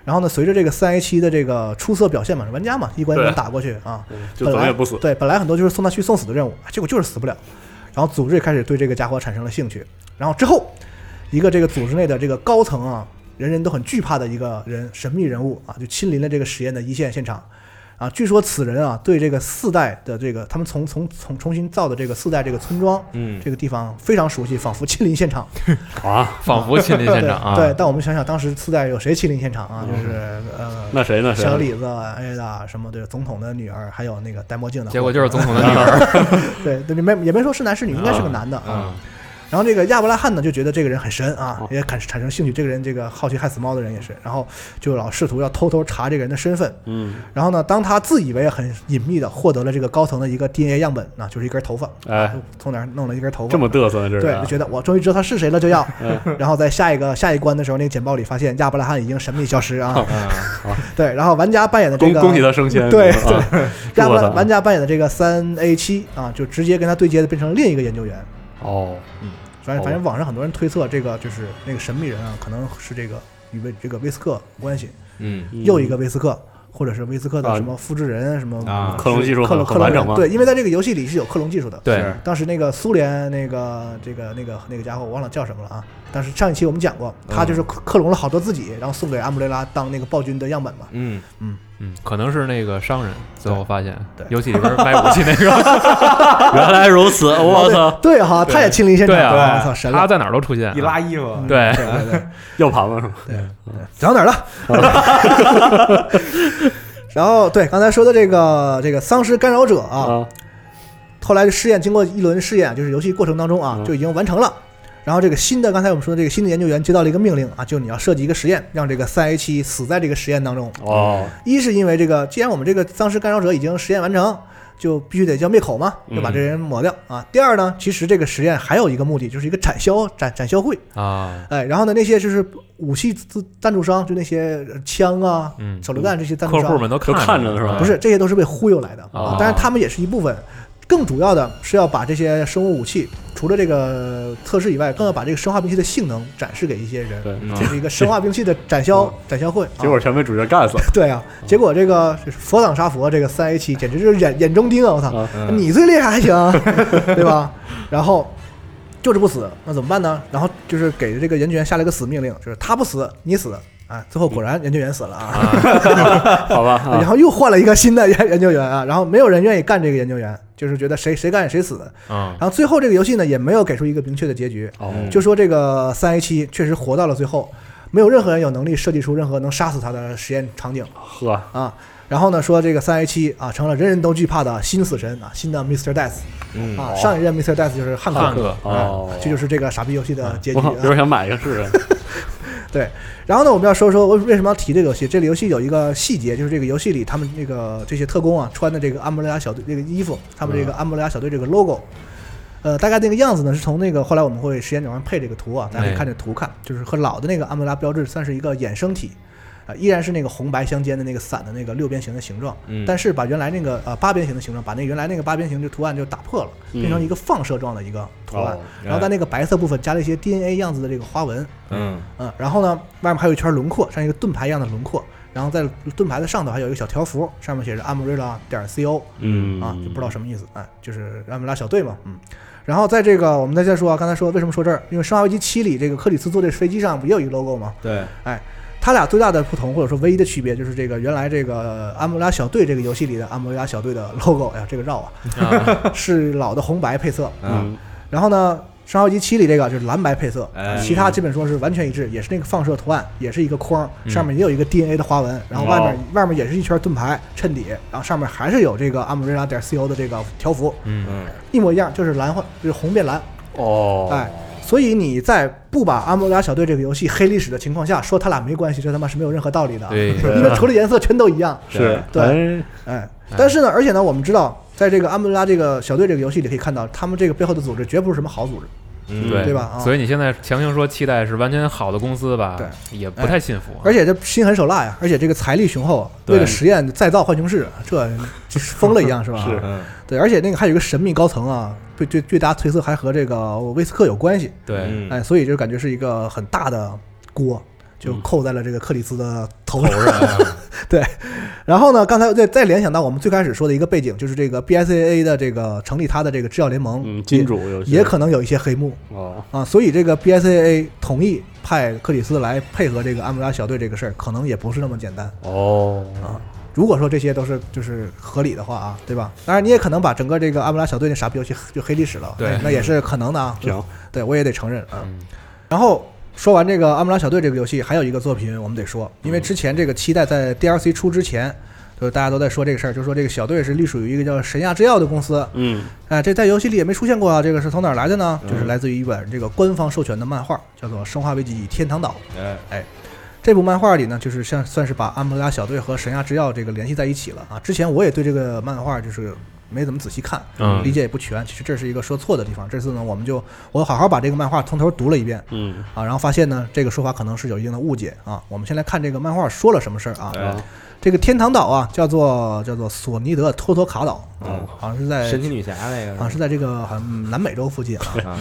然后呢，随着这个三 A 七的这个出色表现嘛，玩家嘛，一关一关
对
打过去啊，
嗯就怎
本
么
来
也不死，
对，本来很多就是送他去送死的任务，结果就是死不了。然后组织也开始对这个家伙产生了兴趣。然后之后，一个这个组织内的这个高层啊，人人都很惧怕的一个人，神秘人物啊，就亲临了这个实验的一线现场。啊，据说此人啊，对这个四代的这个他们从从从重新造的这个四代这个村庄，
嗯
这个地方非常熟悉，仿佛亲临现场。
啊，
仿佛亲临现场啊。
[laughs]
嗯
对对，但我们想想当时四代有谁亲临现场啊？就是呃，
那谁那谁
小李子、艾达什么的，总统的女儿，还有那个戴墨镜的。
结果就是总统的女儿。
对，对，没也没说是男是女，应该是个男的啊。然后这个亚伯拉罕呢，就觉得这个人很神啊
哦，
也产产生兴趣。这个人这个好奇害死猫的人也是，然后就老试图要偷偷查这个人的身份。
嗯，
然后呢，当他自以为很隐秘的获得了这个高层的一个 DNA 样本，啊，就是一根头发，
哎，
从哪儿弄了一根头发，
这么嘚瑟呢，这是
对，
啊
就觉得我终于知道他是谁了，就要
嗯。
然后在下一个下一关的时候，那个简报里发现亚伯拉罕已经神秘消失啊。
嗯
对，然后玩家扮演的这
恭
个
恭喜他升迁，
对
是吧啊
亚伯
我
拉
操
玩家扮演的这个三 A 七啊，就直接跟他对接的变成另一个研究员。
哦，
反正
哦
反正网上很多人推测，这个就是那个神秘人啊，可能是这个与威这个威斯克有关系，
嗯
嗯
又一个威斯克，或者是威斯克的
啊
什么复制人、什么
啊
克隆技术
克隆
很
克
很
隆
完
人
整吗？
对，因为在这个游戏里是有克隆技术的。
对
是，
当时那个苏联那个这个那个那个家伙我忘了叫什么了啊，但是上一期
嗯
我们讲过，他就是克克隆了好多自己，然后送给安布雷拉当那个暴君的样本嘛。
嗯
嗯，可能是那个商人最后发现
对，
游戏里边卖武器那个，
[laughs] 原来如此，我操，
对哈，
对
他也亲临现场，
对啊
我操，神
他
了！
在哪儿都出现，啊
一拉衣服，
对
嗯对对对，嗯
要盘啊了是吗？
讲到哪儿了？ [laughs] 然后对刚才说的这个这个丧尸干扰者啊，
啊，
后来试验经过一轮试验，就是游戏过程当中啊
嗯
就已经完成了。然后这个新的刚才我们说的这个新的研究员接到了一个命令啊，就你要设计一个实验，让这个三 A 七死在这个实验当中。
哦，
一是因为这个，既然我们这个丧尸干扰者已经实验完成，就必须得叫灭口嘛，就把
嗯
这人抹掉啊。第二呢，其实这个实验还有一个目的，就是一个展销展展销会。
啊，
哎，然后呢，那些就是武器自赞助商，就那些呃枪啊、
嗯，
手榴弹这些赞助
客户
商，
们都
都看着呢是吧
哎
不是，这些都是被忽悠来的啊
哦。
但是他们也是一部分，更主要的是要把这些生物武器，除了这个测试以外，更要把这个生化兵器的性能展示给一些人。
对，
嗯
这是一个生化兵器的展销
嗯
展销会。啊
结果全被主角干死了
对啊，结果这个就是佛挡杀佛，这个三 A 七简直就是眼眼中钉啊！我操，
啊，
嗯
你最厉害还行， [laughs] 对吧？然后就是不死，那怎么办呢？然后就是给这个研究员下了一个死命令，就是他不死，你死。啊，最后果然研究员死了啊，
好吧，
[laughs] 然
啊
后又换了一个新的研研究员啊，然后没有人愿意干这个研究员，就是觉得谁谁干谁死。
嗯
然后最后这个游戏呢，也没有给出一个明确的结局，
哦，
就说这个三 A 七确实活到了最后，没有任何人有能力设计出任何能杀死他的实验场景。
呵，
啊。然后呢，说这个三 A 七啊，成了人人都惧怕的新死神啊，新的 Mr. Death
嗯
啊，
哦
上一任 Mr. Death 就是汉克，
汉克
啊
哦，
这就是这个傻逼游戏的结局
我有
啊。
点想买一个试试，
对，然后呢，我们要说说我为什么要提这个游戏。这个游戏有一个细节，就是这个游戏里他们那个这些特工啊穿的这个安布雷亚小队这个衣服，他们这个安布雷亚小队这个 logo。呃，大概那个样子呢，是从那个后来我们会实验角上配这个图啊，大家可以看这图看，就是和老的那个安布拉标志算是一个衍生体，啊、依然是那个红白相间的那个伞的那个六边形的形状，
嗯
但是把原来那个呃八边形的形状，把那原来那个八边形的图案就打破了，
嗯
[laughs] 变成一个放射状的一个图案，
哦
哎
然后在那个白色部分加了一些 DNA 样子的这个花纹，
嗯
嗯，然后呢，外面还有一圈轮廓，像一个盾牌一样的轮廓，然后在盾牌的上头还有一个小条幅，上面写着 amrilla 点 co
嗯
啊，就不知道什么意思，哎，就是阿姆拉小队嘛，嗯。然后在这个我们再再说啊，刚才说为什么说这儿，因为《生化危机七》里这个克里斯坐这飞机上不也有一个 logo 吗？
对，
它俩最大的不同，或者说唯一的区别，就是这个原来这个阿姆拉小队这个游戏里的阿姆拉小队的 logo，哎呀，这个绕啊， [laughs]
啊
是老的红白配色。
嗯
嗯，
然后呢，《生化危机七》里这个就是蓝白配色，
哎
其他基本说是完全一致，也是那个放射图案，也是一个框，
嗯
上面也有一个 DNA 的花纹，然后外面、
哦
外面也是一圈盾牌衬底，然后上面还是有这个阿姆瑞拉点 co E 的这个条幅， [laughs]
嗯
嗯
一模一样，就是蓝换就是红变蓝，
哦，
哎，所以你在不把《阿姆拉小队》这个游戏黑历史的情况下，说它俩没关系，这他妈是没有任何道理的啊。
对
[laughs] 因为除了颜色全都一样。
是，
对
对，
哎，但是呢，而且呢，我们知道，在这个《阿姆拉这个小队》这个游戏里可以看到，他们这个背后的组织绝不是什么好组织。
嗯
对
对吧啊
所以你现在强行说期待是完全好的公司吧？
对，哎
也不太信服。啊
而且这心狠手辣呀，而且这个财力雄厚啊，
对
为了实验再造浣熊市，这这是疯了一样是吧？
是
嗯
[laughs] 对，而且那个还有一个神秘高层啊，对对，对大家推测还和这个威斯克有关系，
对，
嗯
哎，所以就感觉是一个很大的锅，就扣在了这个克里斯的头上。 [laughs] 然后呢，刚才再再联想到我们最开始说的一个背景，就是这个 BSAA 的这个成立它的这个制药联盟，
嗯，金主游戏
也可能有一些黑幕
哦，
啊，所以这个 BSAA 同意派克里斯来配合这个安布拉小队这个事儿，可能也不是那么简单。
哦，
如果说这些都是就是合理的话啊，对吧？当然，你也可能把整个这个安布拉小队那傻逼游戏就黑历史了，
对
那那也是可能的啊。
行，
对我也得承认啊。
嗯
然后说完这个《阿姆拉小队》这个游戏，还有一个作品我们得说，因为
嗯
之前这个期待在 DLC 出之前，就是大家都在说这个事儿，就说这个小队是隶属于一个叫神亚制药的公司，
嗯，
哎，这在游戏里也没出现过啊，这个是从哪儿来的呢？就是来自于一本这个官方授权的漫画，叫做《生化危机：天堂岛》。
哎
这部漫画里呢，就是像算是把安布拉小队和神亚制药这个联系在一起了啊。之前我也对这个漫画就是没怎么仔细看，
嗯
理解也不全。其实这是一个说错的地方。这次呢，我们就我好好把这个漫画从头读了一遍
嗯，
啊，然后发现呢，这个说法可能是有一定的误解啊。我们先来看这个漫画说了什么事儿啊。
哎
这个天堂岛啊，叫做叫做索尼德托托卡岛，啊
哦
好像是在
神奇女侠那个
好啊像是在这个好像南美洲附近啊。
啊，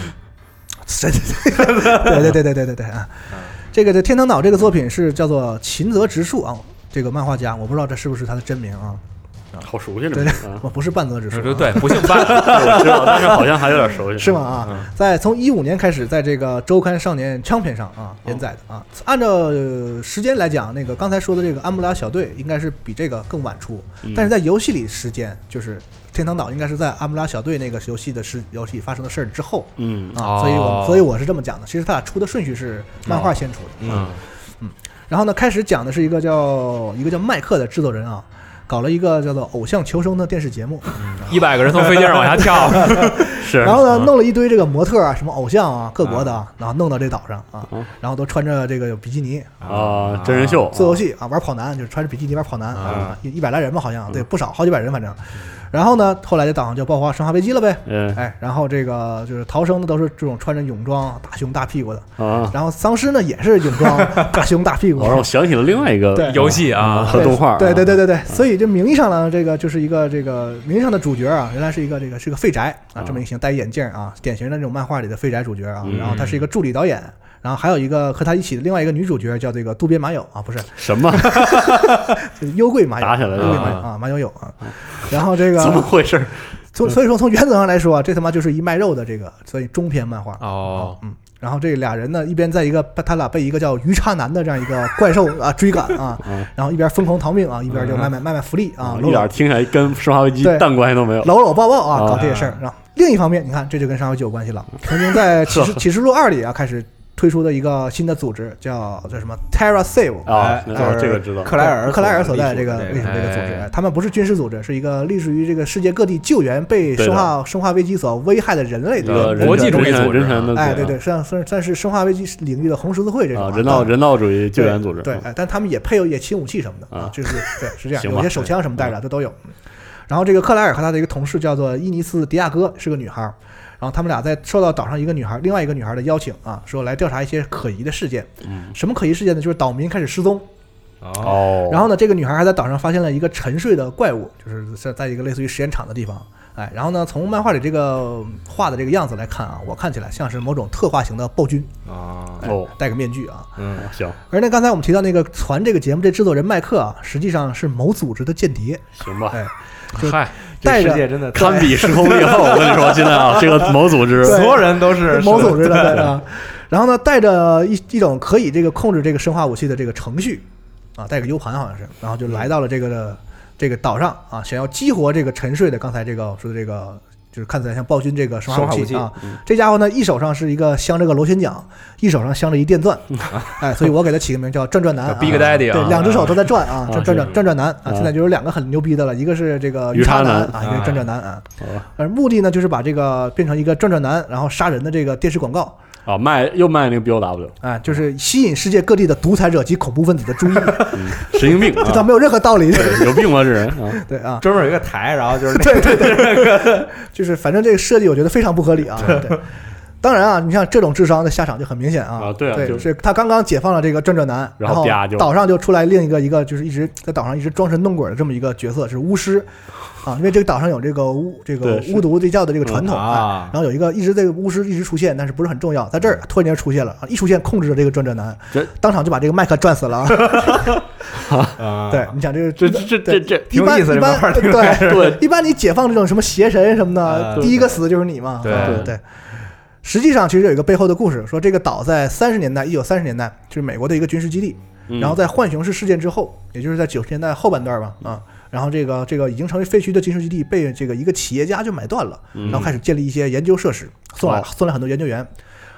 神，对对对对对对对啊！
嗯
这个这天堂岛这个作品是叫做秦泽直树啊，这个漫画家，我不知道这是不是他的真名啊。
好熟悉这
对
名字啊！
不不是半泽直树、
对
啊，
对，不姓范，
[laughs] 我知道，但是好像还有点熟悉，
是吗？
嗯
啊，在从一五年开始，在这个周刊少年枪片上啊连载的啊，按照呃时间来讲，那个刚才说的这个安布拉小队应该是比这个更晚出，
嗯？
但是在游戏里时间就是天堂岛应该是在安布拉小队那个游戏的事游戏发生的事儿之后
嗯，
啊，所以我
哦
所以我是这么讲的，其实它俩出的顺序是漫画先出的，
嗯，
然后呢，开始讲的是一个叫一个叫麦克的制作人啊，搞了一个叫做《偶像求生》的电视节目，
一百个人从飞机上往下
[laughs]
跳，
是。
然后呢，
嗯
弄了一堆这个模特啊，什么偶像啊，各国的啊，然后弄到这岛上啊
嗯，
然后都穿着这个比基尼
啊，真人秀
做游戏啊，玩跑男就是穿着比基尼玩跑男啊，一一百来人吧，好像对，不少，好几百人反正。然后呢，后来这岛上就爆发生化危机了呗，
嗯
哎，然后这个就是逃生的都是这种穿着泳装、大胸大屁股的，
啊，
然后丧尸呢也是泳
[laughs]
装、大胸大屁股
我。让我想起了另外一个
对
游戏啊，
啊嗯
[laughs]
和动画，
对对，对对对，所以这名义上呢，这个就是一个这个名义上的主角啊，原来是一个这个是个废宅啊，这么一个型，戴一眼镜啊，典型的那种漫画里的废宅主角啊。
嗯
然后他是一个助理导演，然后还有一个和他一起的另外一个女主角叫这个渡边麻友啊，不是，
什么
就是幽桂麻友，
打起来
幽桂麻友
了？
啊，麻友友啊。然后这
[laughs] 怎么
个
回事？
从所以说从原则上来说啊，这他妈就是一卖肉的这个，所以中篇漫画。
哦，
嗯，然后这俩人呢，一边在一个他俩被一个叫鱼叉男的这样一个怪兽啊追赶啊
嗯，
[laughs] 然后一边疯狂逃命啊，一边就卖卖卖卖福利啊，搂
哦一
搂
点听起来跟《生化危机
对》
蛋关系都没有。
搂搂抱抱啊，
啊
搞这些事儿。然后另一方面，你看这就跟上回就有关系了。曾经在启示启示录二里啊开始推出的一个新的组织叫叫什么 Terra Save。
啊，
哎
哦
就是
这个知道。
克莱尔
克莱尔所
所
在
隶
这
属
个
的
隶属这个组织，
哎
哎他们不是军事组织，是一个隶属于这个世界各地救援被
对的
生化生化危机所危害的人类
一
的
个
一个
呃人
国际
权
主义
人权
组织
人权的组织
哎，对对，算算算是生化危机领域的红十字会这种
啊
啊，
人道
但
人道主义救援组织，嗯
对，哎，但他们也配有也轻武器什么的
啊
就是对，是这
[laughs]
样，
行
有
吧嗯
些手枪什么带着，这都有。嗯然后这个克莱尔和他的一个同事叫做伊尼斯·迪亚哥，是个女孩儿。然后他们俩在受到岛上一个女孩、另外一个女孩的邀请啊，说来调查一些可疑的事件。
嗯，
什么可疑事件呢？就是岛民开始失踪。
哦，
哦，
然后呢，这个女孩还在岛上发现了一个沉睡的怪物，就是在在一个类似于实验场的地方。哎，然后呢，从漫画里这个画的这个样子来看啊，我看起来像是某种特化型的暴君，
啊，
哎
哦
戴个面具啊，
嗯，
行
而那刚才我们提到那个传这个节目这制作人麦克啊，实际上是某组织的间谍，
行吧，
哎，就
嗨，
带
这世
着
界真的太，
堪比时空以
[laughs]
后，我跟你说，现在啊，这个某组织
对
所有人
[laughs]
都是
某组
织
织的对啊，然后呢，带着一一种可以这个控制这个生化武器的这个程序啊，带个 U 盘好像是，然后就来到了这个这个岛上啊，想要激活这个沉睡的刚才这个说的这个。就是看起来像暴君这个生化武
生化
啊，这家伙呢一手上是一个镶着个螺旋桨，一手上镶着一电钻，哎，所以我给他起个名叫转转男
叫
啊
Big Daddy
对，
啊，
两只手都在转啊，
啊
转转转
是
转转男啊，
啊
现在就有两个很牛逼的了，一个是这个
鱼叉男
男啊，一个是转转男啊
哎好吧。
而目的呢，就是把这个变成一个转转男，然后杀人的这个电视广告，
啊，卖又卖那个 BOW
啊，就是吸引世界各地的独裁者及恐怖分子的注意，
啊
[laughs] 这
神经
[laughs]
病
倒
啊，
没有任何道理。
对有病吧这人啊，
对啊，
专门有一个台，然后就是那
对对对，就是反正这个设计我觉得非常不合理啊。对，当然啊，你像这种智商的下场就很明显啊。
啊对啊就是
他刚刚解放了这个转转男，
然后啪就
岛上就出来另一个一个就是一直在岛上一直装神弄鬼的这么一个角色是巫师啊，因为这个岛上有这个巫这个
对是
巫毒这教的这个传统
嗯
啊
啊。嗯
然后有一个一直这个巫师一直出现，但是不是很重要，在这儿突然间出现了，啊一出现控制着这个转转男
这，
当场就把这个麦克转死了
[laughs]
啊。
啊，
对，你想这个
这这这这这
[laughs] 一
挺有
般
意思
一
这漫画
般
听着
对。
[laughs]
对
一般你解放这种什么邪神什么的，
啊
第一个死的就是你嘛。
对
啊对实际上，其实有一个背后的故事，说这个岛在三十年代，一九三十年代，就是美国的一个军事基地。
嗯
然后在浣熊市事件之后，也就是在九十年代后半段吧，啊，然后这个这个已经成为废墟的军事基地被这个一个企业家就买断了，
嗯
然后开始建立一些研究设施，送来
哦
送来很多研究员。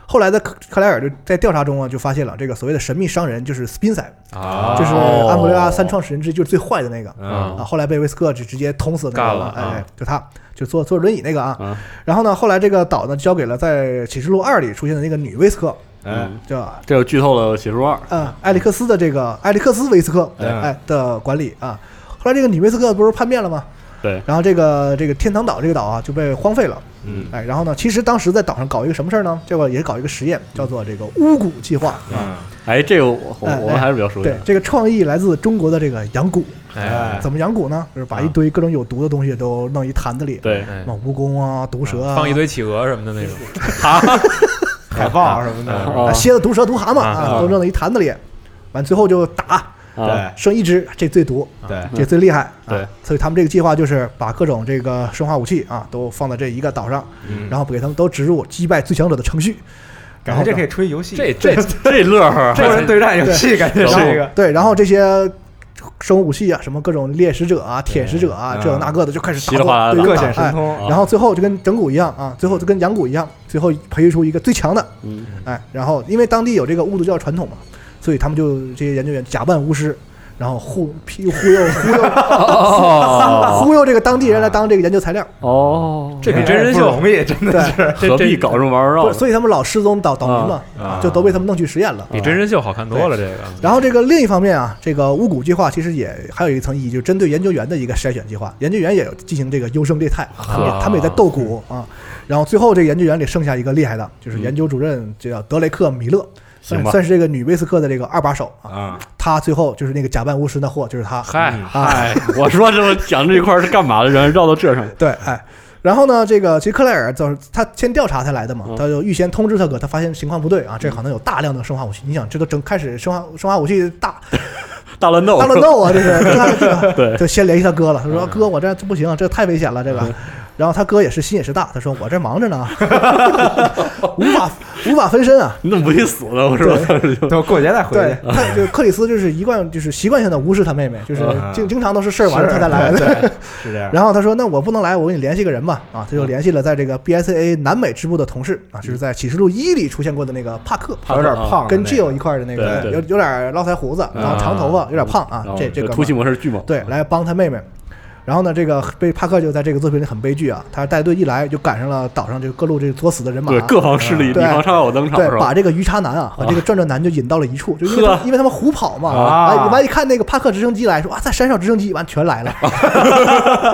后来在克克莱尔就在调查中啊，就发现了这个所谓的神秘商人就是 Spincer，
啊，
就是
哦
安布雷拉三创始人之一，就是最坏的那个。
嗯
啊，后来被威斯克就直接捅死那
干
个
了
哎
啊
哎，就他，就坐坐轮椅那个啊。
啊
然后呢，后来这个岛呢交给了在启示录二里出现的那个女威斯克，
嗯，
叫
这就剧透了《写书二》
呃艾利克斯的这个艾利克斯威斯克
嗯
哎的管理啊。后来这个女威斯克不是叛变了吗？
对，
然后这个这个天堂岛这个岛啊就被荒废了，
嗯，
哎，然后呢，其实当时在岛上搞一个什么事儿呢？这个也搞一个实验，叫做这个巫蛊计划。
嗯，
哎，这个我我
哎
我们还是比较熟悉
对
的，，
这个创意来自中国的这个养蛊，
哎，
哎
怎么养蛊呢？就是把一堆各种有毒的东西都弄一坛子里，
对，
哎
什么蜈蚣啊、毒蛇啊，
放一堆企鹅什么的那种，
海豹什么的，哎
啊
啊蝎子、毒蛇、毒蛤蟆
啊
啊，
啊
都扔到一坛子里，完最后就打，
啊，
哎
生一只这最毒，
对
这最厉害。啊
嗯对，
所以他们这个计划就是把各种这个生化武器啊都放在这一个岛上，
嗯
然后给他们都植入击败最强者的程序。
感觉这可以吹游戏，
这这
[laughs]
这乐呵，
多人对战游戏，感觉
对
是
然后
这个。
对，然后这些生物武器啊，什么各种猎食者啊、铁食者啊，
嗯
这那个的就开始
稀里哗啦
打
的
对，就
各
打
显神。通
哎然后最后就跟整蛊一样啊，最后就跟养蛊一样，最后培育出一个最强的，
嗯
哎，然后因为当地有这个巫毒教传统嘛，所以他们就这些研究员假扮巫师，然后忽忽悠忽悠忽悠
[laughs] 哦
忽悠这个当地人来当这个研究材料，
哦，
这比真人
不
秀
容易，真
[laughs]
的
对，
何必搞这么玩儿
不
绕
是，？所以他们老失踪岛岛民嘛，
啊
就都被他们弄去实验了。
比真人秀好看多了。这个
然后这个另一方面啊，这个巫蛊计划其实也还有一层意义，就是针对研究员的一个筛选计划。研究员也有进行这个优胜劣汰，他们也他们也在斗蛊啊。然后最后这个研究员里剩下一个厉害的，就是研究主任，这叫德雷克·米勒，算
行吧
算是这个女威斯克的这个二把手啊。
啊，
他最后就是那个假扮巫师那货，就是他。
嗨
啊，
哎，我说这么讲这一块儿是干嘛的？然后绕到这上，
对，哎。然后呢，这个其实克莱尔就是他先调查他来的嘛，
嗯
他就预先通知他哥，他发现情况不对啊，
嗯
这可能有大量的生化武器。你想，这都整开始生化生化武器大
[laughs]
大乱斗，
大乱斗啊，这是这是吧
对
就先联系他哥了。他
嗯
说：“哥，我这这不行，这太危险了，这个。”然后他哥也是心也是大，他说：“我这忙着
[laughs]
呢，无法无法分身啊。
你怎么不去死呢？我说
对啊
当 [laughs] 时就
等过节再”回
对
去。，
他就克里斯就是一贯就是习惯性的无视他妹妹，就是
嗯
经经常都是事儿完了
是
他才
[laughs]
来的。
对，是这样。
然后他说：“那我不能来，我给你联系个人吧。”啊，
嗯
他就联系了在这个 BSA 南美支部的同事啊，就是在启示录一里出现过的那个帕克。
帕克
有点
啊
胖的那个，
跟 Jill 一块儿的那个
对对啊嗯
有有点络腮胡子，然后长头发，有点胖啊
然，后
这这哥们儿
突袭模式巨猛，啊
对，来帮他妹妹。然后呢，这个被帕克就在这个作品里很悲剧啊，他带队一来就赶上了岛上这个各路这个作死的人马
对，
啊，
各方势力，你
对
方插我当场
对
是，吧
把？这个鱼叉男啊和这个转转男就引到了一处，就因为他们
呵
因为他们胡跑嘛，
啊
哎完一看那个帕克直升机来说啊，在山上直升机完全来
[laughs]
了，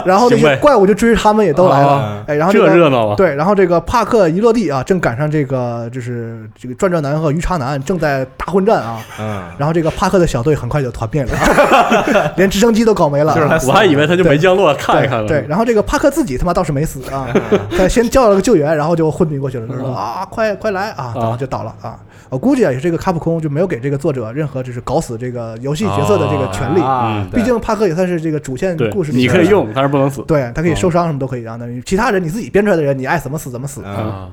然后那
行
些
呗
怪物就追着他们也都来了
啊，
哎，然后
这
个
热闹啊！
对，然后这个帕克一落地啊，正赶上这个就是这个转转男和鱼叉男正在大混战啊，
嗯，
然后这个帕克的小队很快就团灭了， [laughs] 连直升机都搞没了啊，
就是他
我还以为他就没降落，看一
对
看了。
对，然后这个帕克自己他妈倒是没死啊， [laughs] 他先叫了个救援，然后就昏迷过去了，就说啊，快快来啊，然后就倒了啊。我估计啊，也是这个卡普空就没有给这个作者任何就是搞死这个游戏角色的这个权利，嗯
啊，
毕竟帕克也算是这个主线
哦对
故事，里
你
面
可
的
以。用，嗯但是不能死。
对他可以受伤什么都可以，让他其他人你自己编出来的人，你爱怎么死怎么
嗯
死。
啊，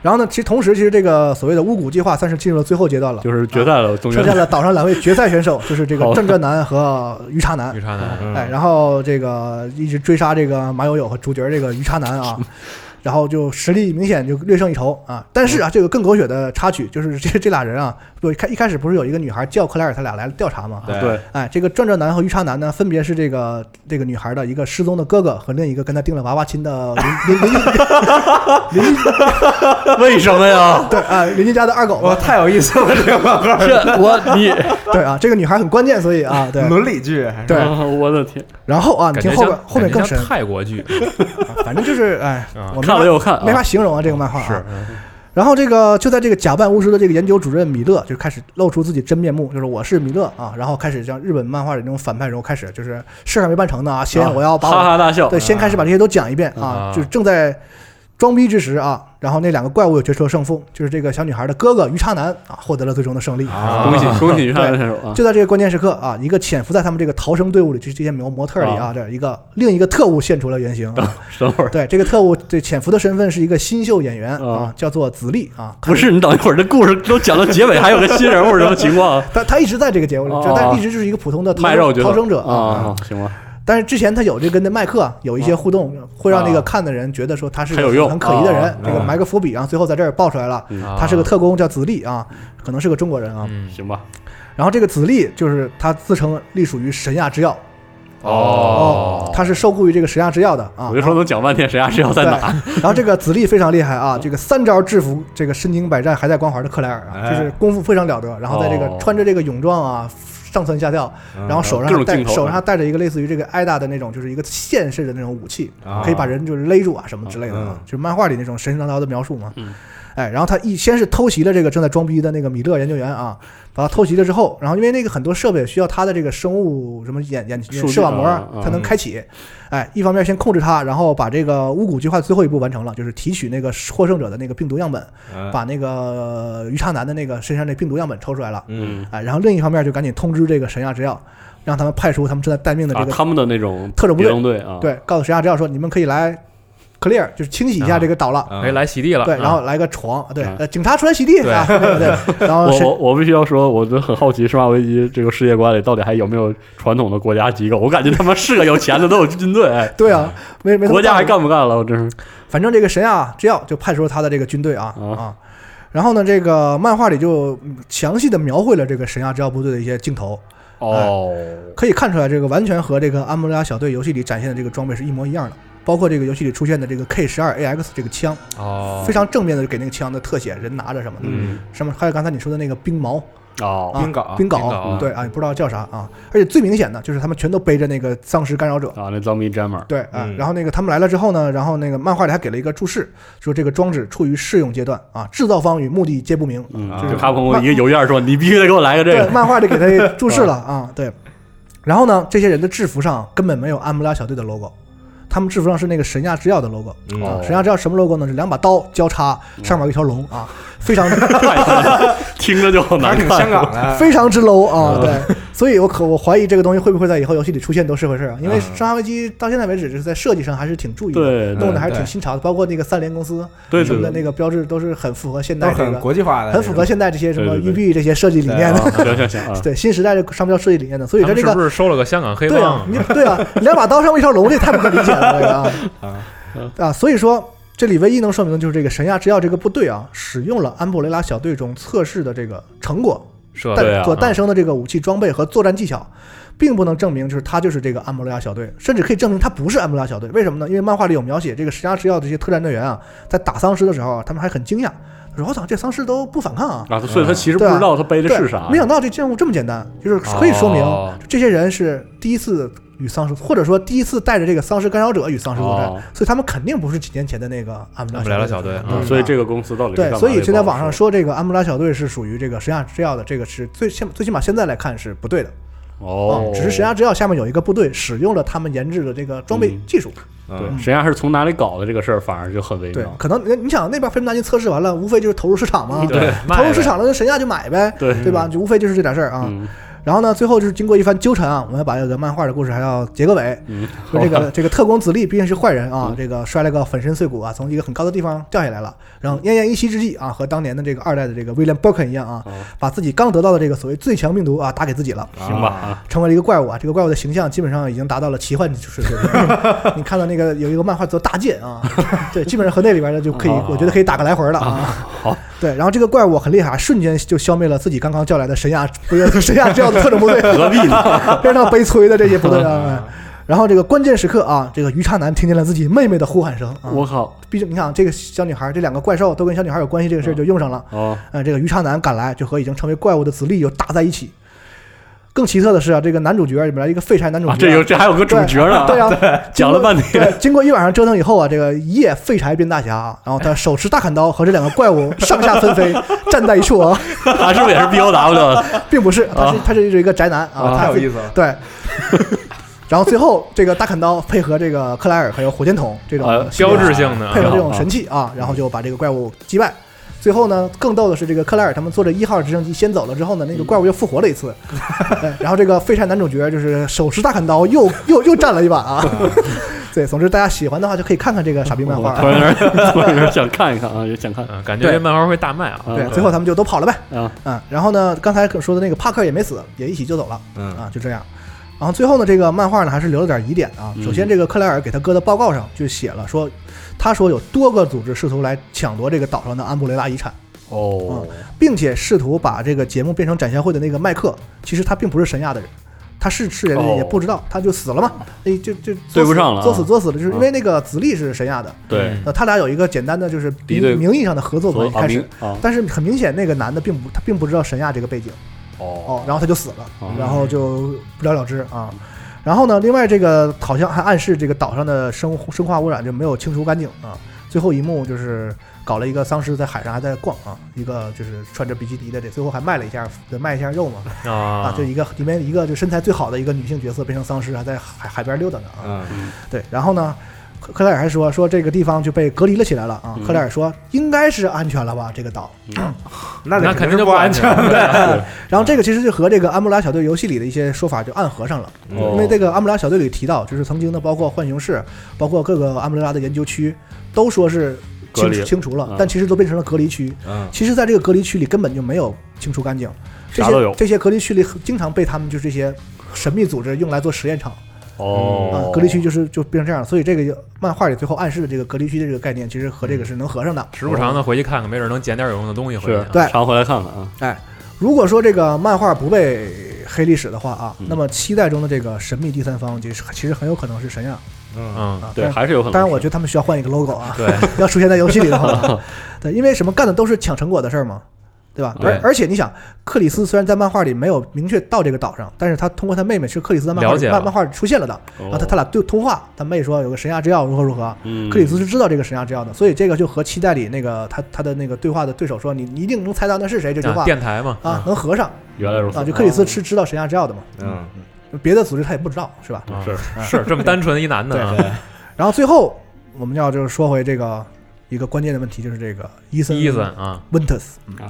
然后呢，其实同时，其实这个所谓的巫蛊计划算是进入了最后阶段了，
就是决赛了，总决
剩下
赛
了岛上两位决赛选手，就是这个
好的
正转男和鱼叉男
女。叉男，
嗯
哎，然后这个一直追杀这个马友友和主角这个鱼叉男啊， [laughs] 然后就实力明显就略胜一筹啊。但
嗯
是啊，这个更狗血的插曲就是这这俩人啊，不开一开始不是有一个女孩叫克莱尔他俩来调查吗？
对
对，
哎，这个转转男和鱼叉男呢，分别是这个这个女孩的一个失踪的哥哥和另一个跟他定了娃娃亲的邻邻
[laughs]
邻
为什么呀？
对啊邻居家的二狗
哇，
嘛。
太有意思了，这个漫画
这 [laughs] 我你
对啊，这个女孩很关键，所以啊 [laughs] 对
伦理剧还是
对。
啊我的天，
然后啊，
嗯
你
感
听
觉
后
像
边后面
感觉
更
像嗯
深，
泰国剧， [laughs]
啊反正就是哎，我没
看了
法
又看，
没
啊
法形容啊这个漫画啊。
是
然后这个就在这个假扮巫师的这个研究主任米勒就开始露出自己真面目，就是我是米勒啊，然后开始像日本漫画里那种反派人物开始就是事儿还没办成呢啊，先我要把我、
哈哈大笑
对，先开始把这些都讲一遍啊，
啊
就是正在装逼之时啊，然后那两个怪物也决出了胜负，就是这个小女孩的哥哥鱼叉男啊获得了最终的胜利。
啊
恭喜恭喜于大选手啊！
就在这个关键时刻啊，一个潜伏在他们这个逃生队伍里，就是这些模模特里啊，这一个另一个特务现出了原形啊、
等会儿
对，这个特务这潜伏的身份是一个新秀演员啊
啊，
叫做子立啊，
不是你等一会儿，这故事都讲到结尾，还有个新人物什么情况啊？
他他一直在这个节目里，
哦
就但一直就是一个普通的逃
卖肉角色
逃生者嗯
啊，。行吧，
但是之前他有这跟那麦克啊有一些互动，会让那个看的人觉得说他是
哦很有
个
用
很可疑的人
啊，
这个埋个伏笔啊，最后在这儿爆出来了，
嗯
他是个特工，叫子立啊，可能是个中国人啊。
啊嗯
行吧，
然后这个子立就是他自称隶属于神亚制药
哦
他是受雇于这个神亚制药的啊
我。就说能讲半天，谁家知道在哪？哦
然后这个子立非常厉害啊，这个三招制服这个身经百战还带光环的克莱尔啊，
哎
就是功夫非常了得。然后在这个
哦
穿着这个泳装啊，上蹿下跳，
嗯
然后手
各
上还
种
带
镜头
手上还带着一个类似于这个艾达的那种，就是一个线式的那种武器，
啊
可以把人就是勒住啊什么之类的啊
嗯，
就是漫画里那种神神叨叨的描述嘛
嗯。
哎，然后他一先是偷袭了这个正在装逼的那个米勒研究员啊，把他偷袭了之后，然后因为那个很多设备需要他的这个生物什么眼眼
数据
视网
啊
膜
啊
才能开启，哎，一方面先控制他，然后把这个巫蛊计划最后一步完成了，就是提取那个获胜者的那个病毒样本，
嗯
把那个鱼叉男的那个身上那病毒样本抽出来了，
嗯，
哎，然后另一方面就赶紧通知这个神亚制药，让他们派出他们正在待命的这
啊，
个
他们的那种
特种部
别
队
动队啊，，
对，告诉神下只要说你们可以来 clear，就是清洗一下这个岛了。
嗯
哎，，来洗地了，
哦对，
啊
然后来个床，对
啊，
呃，警察出来洗地，
对
啊，
[laughs]
对对对，然后
我
是
我我必须要说，我真很好奇《生化危机》这个世界观里到底还有没有传统的国家机构？我感觉他妈是个有钱的都有军队，哎
对啊，没没
国家还
干，
干不干了？我真是
反正这个神啊，制药就派出了他的这个军队啊
啊
啊，然后呢，这个漫画里就嗯详细的描绘了这个神亚制药部队的一些镜头，
哦，
可以看出来，这个完全和这个安布拉小队游戏里展现的这个装备是一模一样的，包括这个游戏里出现的这个 K 十二 AX 这个枪，
哦
非，常正面的给那个枪的特写，人拿着什么的，
啊嗯，
上面还有刚才你说的那个冰矛，
哦，
啊
冰镐，
冰
冰镐啊
镐，对啊，也不知道叫啥啊。而且最明显的就是他们全都背着那个丧尸干扰者，
啊，那 zombie jammer，
对啊
嗯。
然后那个他们来了之后呢，然后那个漫画里还给了一个注释，说这个装置处于试用阶段啊，制造方与目的皆不明。
嗯
啊，
就卡普空一个邮件说，你必须得给我来个这
对，
个，
漫画里给他注释了啊，对。然后呢，这些人的制服上根本没有安布拉小队的 logo，他们制服上是那个神亚制药的 logo。
嗯
啊
哦，
神亚制药什么 logo 呢？是两把刀交叉，上面有一条龙啊，非常
太听着就好
还
难
是挺
看。
香港的，
非常之 low 啊，对，所以我可我怀疑这个东西会不会在以后游戏里出现都是回事儿啊，因为
嗯
《生化危机》到现在为止就是在设计上还是挺注意的，
对
弄得
嗯
还是
对
挺新潮的，包括那个三联公司
对
什
对
么的
对，
那个标志都是很符合现
都
代
是
这
很
个，
国际化的，
很符合现代这些什么
对对对
育碧这些设计理念
对
的，
行
啊
行行啊，
[laughs] 对新时代的商标设计理念的，所以
他
它
们
这
是
个
不是收了个香港黑
对啊
帮，？
你对啊，两把刀上面一条龙，这太不可理解了，这个啊
啊
啊，所以说。这里唯一能说明的就是这个神亚制药这个部队啊，使用了安布雷拉小队中测试的这个成果，
设
对
备嗯
啊
诞所诞生的这个武器装备和作战技巧，并不能证明就是他就是这个安布雷亚小队，甚至可以证明他不是安布雷亚小队。为什么呢？因为漫画里有描写，这个石家制药这些特战队员啊，在打丧尸的时候啊，他们还很惊讶，说：“我操，这丧尸都不反抗啊
啊，所以他其实不
对啊
知道他！”背的
对
是啥，
没想到这任务这么简单，就是可以说明、
哦
这些人是第一次与丧尸，或者说第一次带着这个丧尸干扰者与丧尸作战，
哦
所以他们肯定不是几年前的那个安布
安布雷
雷
拉
拉
小
小
队
队。
嗯
啊，所以这个公司到底是
对
干，嘛
所以
的
现在
也不好
网上
说
说这个安布拉小队是属于这个神亚制药的，这个是最现最起码现在来看是不对的啊
哦，，
只是神亚制药下面有一个部队使用了他们研制的这个装备
嗯
技术，
对，谁家是从哪里搞的这个事儿，反而就很微
对啊
妙，。
可能你你想那边飞姆大金测试完了，无非就是投入市场嘛，
对，
投
卖
入
呗
市场了，那神亚就买呗，
对
对吧？就无非就是这点事儿啊。
嗯
然后呢，最后就是经过一番纠缠啊，我们要把这个漫画的故事还要结个尾。
嗯，
说这个这个特工子力毕竟是坏人啊
嗯，
这个摔了个粉身碎骨啊，从一个很高的地方掉下来了。然后奄奄一息之际啊，和当年的这个二代的这个威廉· Birkin 一样啊
哦，
把自己刚得到的这个所谓最强病毒啊打给自己了。
行吧，啊，
成为了一个怪物啊！这个怪物的形象基本上已经达到了奇幻 [laughs] 水平。你看到那个有一个漫画叫《大剑》啊， [laughs] 对，基本上和那里边的就可以
哦，
我觉得可以打个来回了啊。
好，
对，然后这个怪物很厉害，啊瞬间就消灭了自己刚刚叫来的神亚，不是神亚这样的特种部队， [laughs] 何必呢？非常悲催的这些部队啊。然后这个关键时刻啊，这个鱼叉男听见了自己妹妹的呼喊声啊。
我靠，
毕竟你想，这个小女孩，这两个怪兽都跟小女孩有关系，这个事儿就用上了。
哦，
呃，这个鱼叉男赶来，就和已经成为怪物的子力又打在一起。更奇特的是啊，这个男主角里面一个废柴男主角
啊
啊，
这有这还有个主角呢，
对啊，经
讲
过
了半天，
对，经过一晚上折腾以后啊，这个一夜废柴变大侠啊，然后他手持大砍刀和这两个怪物上下纷飞，站在一处啊，
[laughs]
[laughs]
他是不是也是 B O W 的？
并不是，他是他是一个宅男啊，
啊
他
太有
是
意思了，
对。 [laughs] 然后最后这个大砍刀配合这个克莱尔还有火箭筒这种
啊
标志性的
配合
啊，
这种神器啊，嗯然后就把这个怪物击败。最后呢，更逗的是，这个克莱尔他们坐着一号直升机先走了之后呢，那个怪物又复活了一次。 [laughs] 对然后这个废柴男主角就是手持大砍刀又，又又战了一把 [laughs] 啊。对，总之大家喜欢的话就可以看看这个傻逼漫画
我
啊。
突然有点 [laughs] 突然有点想看一看啊，也想看
嗯，感觉这
对
漫画会大卖啊，
啊
对，最后他们就都跑了呗。
啊，
啊，然后呢，刚才可说的那个帕克也没死，也一起就走了。
嗯
啊，就这样。然后最后呢，这个漫画呢还是留了点疑点啊。首先，这个克莱尔给他哥的报告上就写了说，他说有多个组织试图来抢夺这个岛上的安布雷拉遗产，
哦，
并且试图把这个节目变成展现会的那个麦克，其实他并不是神亚的人。他是是人
哦
也不知道，他就死了嘛，那就就作死
对不上了啊
作死作死了，就是
啊
因为那个子力是神亚的，
对，
嗯
呃，他俩有一个简单的就是
敌嗯对
名名义上的合作
所以
关系
啊
开
明
始，
啊，
但是很明显那个男的并不他并不知道神亚这个背景，
哦
哦，然后他就死了
哦，
然后就不了了之啊。然后呢，另外这个好像还暗示这个岛上的生生化污染就没有清除干净啊。最后一幕就是搞了一个丧尸在海上还在逛啊，一个就是穿着比基尼的这，最后还卖了一下卖一下肉嘛 [laughs] 啊，
啊
就，一个里面一个就身材最好的一个女性角色变成丧尸还在海海边溜达呢啊，
嗯，
对，然后呢，克克莱尔还说说这个地方就被隔离了起来了啊。
嗯
克莱尔说应该是安全了吧，这个岛。
那
那
得
肯
肯
定就
就
不安
安
全
[laughs]
对，
然后这个其实就和这个《安布拉小队》游戏里的一些说法就暗合上了，
嗯
哦
因为这个《安布拉小队》里提到，就是曾经的包括浣熊市，包括各个安布拉的研究区，都说是
隔
清
离
清除了
嗯，
但其实都变成了隔离区。
嗯，
其实，在这个隔离区里根本就没有清除干净，这
啥都有
些这些隔离区里经常被他们就是这些神秘组织用来做实验场。啊
哦，，
隔离区就是就变成这样了，所以这个漫画里最后暗示的这个隔离区的这个概念，其实和这个是能合上的。
时不常的回去看看，没准能捡点有用的东西回去
是
啊。
对
常回来看看啊，
哎，如果说这个漫画不被黑历史的话啊，
嗯
那么期待中的这个神秘第三方，就是其实很有可能是神样
嗯
嗯，
啊。
对，
但
还是有可能是。
当然，我觉得他们需要换一个 logo 啊，
对，
[laughs] 要出现在游戏里的话
[laughs]
啊，对，因为什么干的都是抢成果的事儿嘛，对吧？
对
而而且你想，克里斯虽然在漫画里没有明确到这个岛上，但是他通过他妹妹是克里斯在漫画
了解了
里
哦
漫漫画里出现了的，然啊后他他俩对通话，他妹说有个神亚之药如何如何，
哦嗯
克里斯是知道这个神像之药的，所以这个就和期待里那个他他的那个对话的对手说你你一定能猜到那是谁这句
啊
话
电台嘛，
啊，能合上
原来如此
啊，就克里斯是知道神像之药的嘛，
嗯
别的组织他也不知道是吧？
啊
是
是这么单纯一男的啊，
然后最后我们要就是说回这个一个关键的问题，就是这个伊森
伊森啊，
Winters，
啊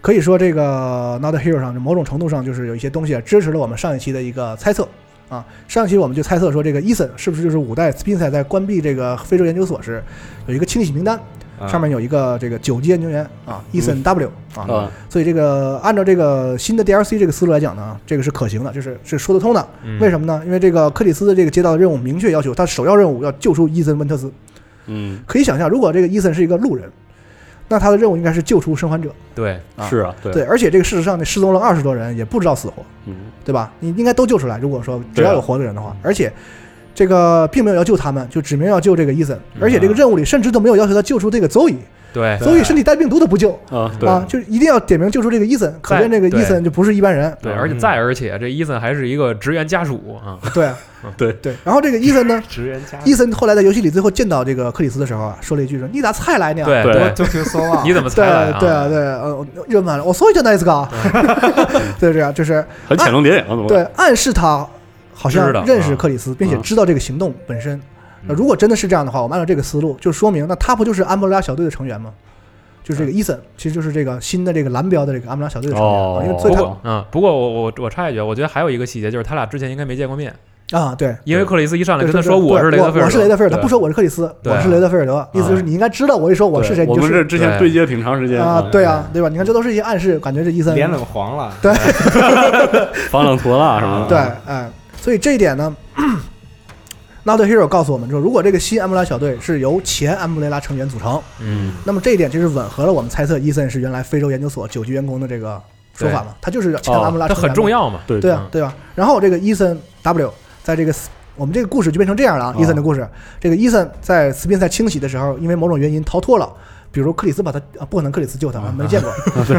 可以说这个 Not a Hero 上某种程度上就是有一些东西啊支持了我们上一期的一个猜测。啊，上一期我们就猜测说，这个伊森是不是就是五代斯宾塞在关闭这个非洲研究所时，有一个清洗名单，
嗯，
上面有一个这个九级研究员啊，Ethan W 啊，
啊，
所以这个按照这个新的 DLC 这个思路来讲呢，这个是可行的，就是是说得通的。为
么？
嗯
什么呢？因为这个克里斯的这个接到的任务明确要求，他首要任务要救出伊森温特斯。
嗯，
可以想象，如果这个伊森是一个路人，那他的任务应该是救出生还者。
对，
啊
是啊，对，
对，而且这个事实上，那失踪了二十多人也不知道死活，
嗯，
对吧？你应该都救出来。如果说只
对啊
要有活的人的话，而且。这个并没有要救他们，就指明要救这个伊森，
嗯
而且这个任务里甚至都没有要求他救出这个邹伊，
对，
邹伊身体带病毒都不救，
啊，
啊，
对，
就是一定要点名救出这个伊森，可
在
见这个
对
伊森就不是一般人。
对，
嗯
而且再而且，这伊森还是一个职员家属啊，
对
[laughs] 对
对。然后这个伊森呢，
职员家
伊森后来在游戏里最后见到这个克里斯的时候啊，说了一句说：“你咋才来呢？”
对
对
对，
就听说啊，
你怎么
对
才来啊？
对对，呃，日本版我所以叫 nice guy，
[laughs]
对 [laughs] 这样就是
很潜龙谍影啊，怎么？
对暗示他好像
知道
认
啊
识克里斯，并且
嗯
知道这个行动本身。那
嗯
如果真的是这样的话，我们按照这个思路，就说明那他不就是安布拉小队的成员吗？就是这
嗯
个伊森，其实就是这个新的这个蓝标的这个安布拉小队的成员
哦
啊，因为所
不
以
过嗯，不过我我我插一句，啊我觉得还有一个细节就是他俩之前应该没见过面，
他啊，对，
因为
对
克里斯一上来
对
跟他
对
说
对
我是雷
对
德菲尔德，
我是雷德菲尔德，
对哎
他不说我是克里斯，
对
我是雷德菲尔德，意思就是你应该知道我一说我是谁，
对
你
我
就
们这
是
之前
对
对接挺长时间
啊，对啊，对吧？你看这都是一些暗示，感觉这伊森
脸冷黄了？
对
防冷脱蜡什么的，
对，哎，所以这一点呢。Not a Hero 告诉我们说，如果这个新安布雷拉小队是由前安布雷拉成员组成，
嗯，
那么这一点就是吻合了我们猜测伊森是原来非洲研究所九级员工的这个说法嘛，他就是前安布雷拉
哦他
成员嘛、
很重要嘛，
对
对啊
嗯，
对吧？然后这个伊森 W 在这个斯我们这个故事就变成这样了啊
哦，
伊森的故事。这个伊森在斯宾塞清洗的时候，因为某种原因逃脱了，比如克里斯把他啊，不可能克里斯救他， [laughs] 啊没见过，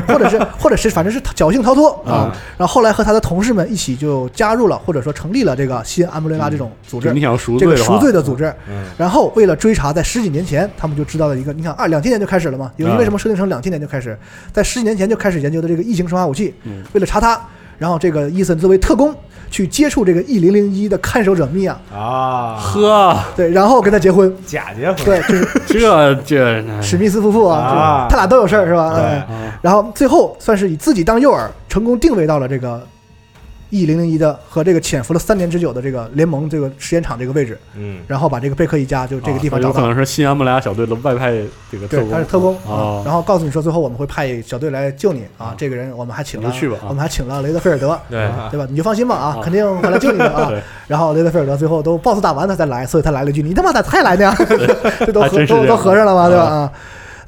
或者是或者是反正是侥幸逃脱啊
啊。
然后后来和他的同事们一起就加入了或者说成立了这个新安布雷拉这种组
就
织
你，想赎
这
罪
个
的
赎
话，
罪的组织。
嗯，
然后为了追查，在十几年前他们就知道了一个，你看啊，两千年就开始了嘛，游戏
嗯
为什么设定成两千年就开始？在十几年前就开始研究的这个异形生化武器
嗯，
为了查它，然后这个伊森作为特工去接触这个 E 零零一的看守者米娅，
啊，
呵，
对，然后跟他结婚，
假结婚，
对，就是
这这哎
史密斯夫妇啊
啊，
他俩都有事儿是吧？
对
哎
啊
然后最后算是以自己当诱饵，成功定位到了这个 E 零零一的和这个潜伏了三年之久的这个联盟这个实验场这个位置，
嗯，
然后把这个贝克一家就这个地方
啊
找
有可
到。
能是新安布莱亚小队的外派这个特
对，
工，
他是特工
哦
啊，然后告诉你说，最后我们会派小队来救你啊。这个人我们还请
嗯你
了，
就去吧啊
我们还请了雷德菲尔德，
对，
啊
对吧？你就放心吧啊
啊，
肯定会来救你的啊
[laughs] 对。
[laughs] 然后雷德菲尔德最后都 BOSS 打完他才来，所以他来了一句：“你他妈咋才来呢？” [laughs] 这都
还
合
真是
都
这
都
样
合上了吗？对吧？
啊
啊。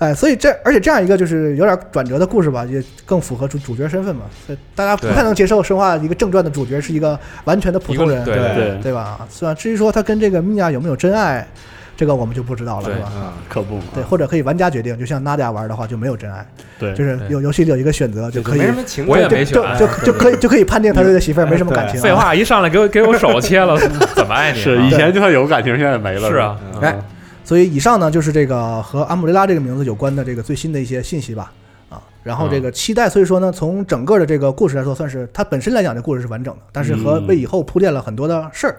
哎，所以这而且这样一个就是有点转折的故事吧，也更符合主主角身份嘛。所以大家不
对
太能接受生化一个正传的主角是一个完全的普
一个
通人，
对
对
对，
对吧？是吧？至于说他跟这个米娅有没有真爱，这个我们就不知道了，
对
是吧？
嗯，
可不嘛，
对，或者可以玩家决定，就像 Nadia 玩的话就没有真爱，
对
就是
对
有游戏里有一个选择就可以
没，什么情
我也
感，
没
就
选，
就就可以就可以判定他对媳妇儿没什么感情、啊。
废，
[laughs]
话，一上来给我给我手切了，怎么爱你啊？
是以前就算有感情，现在没了，
是啊
吧
哎，所以以上呢就是这个和安布雷拉这个名字有关的这个最新的一些信息吧。啊，然后这个期待，所以说呢，从整个的这个故事来说，算是它本身来讲，这故事是完整的，但是和
嗯
为以后铺垫了很多的事儿，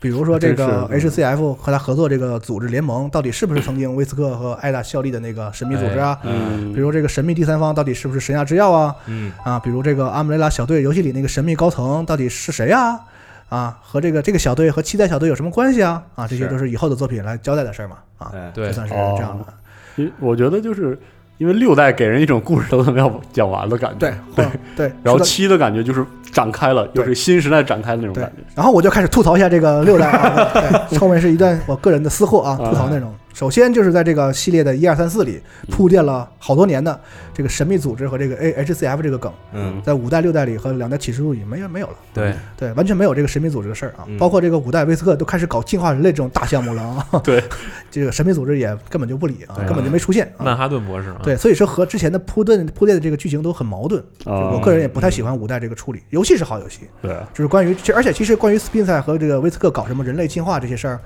比如说这个
真是
HCF 和他合作这个组织联盟，到底是不是曾经威斯克和艾达效力的那个神秘组织啊？
嗯，
比如这个神秘第三方到底是不是神下之钥啊？
嗯，
啊，比如这个阿姆雷拉小队游戏里那个神秘高层到底是谁呀、啊？啊，和这个这个小队和期待小队有什么关系啊？啊，这些
是
都是以后的作品来交代的事儿嘛。啊，
哎，
对
就，算是这样的。
因为我觉得就是因为六代给人一种故事都他妈要讲完的感觉，
对，对对。
[laughs] 然
说
后
到
七的感觉就是展开了，又是新时代展开的那种
对
感觉。
然后我就开始吐槽一下这个六代
[laughs]
啊，对，后面是一段我个人的私货啊，
啊
吐槽内容。首先就是在这个系列的一二三四里铺垫了好多年的这个神秘组织和这个 A H C F 这个梗，
嗯，
在五代六代里和两代启示录里没有没有了，
对，
对，完全没有这个神秘组织的事儿啊
嗯。
包括这个五代威斯克都开始搞进化人类这种大项目了啊， [laughs]
对，
这个神秘组织也根本就不理啊
对，啊
根本就没出现
曼
啊。
哈顿博士啊，
对，所以说和之前的铺垫铺垫的这个剧情都很矛盾，就
啊
我个人也不太喜欢五代这个处理。游戏是好游戏，
对，
就是关于，其而且其实关于斯宾塞和这个威斯克搞什么人类进化这些事儿，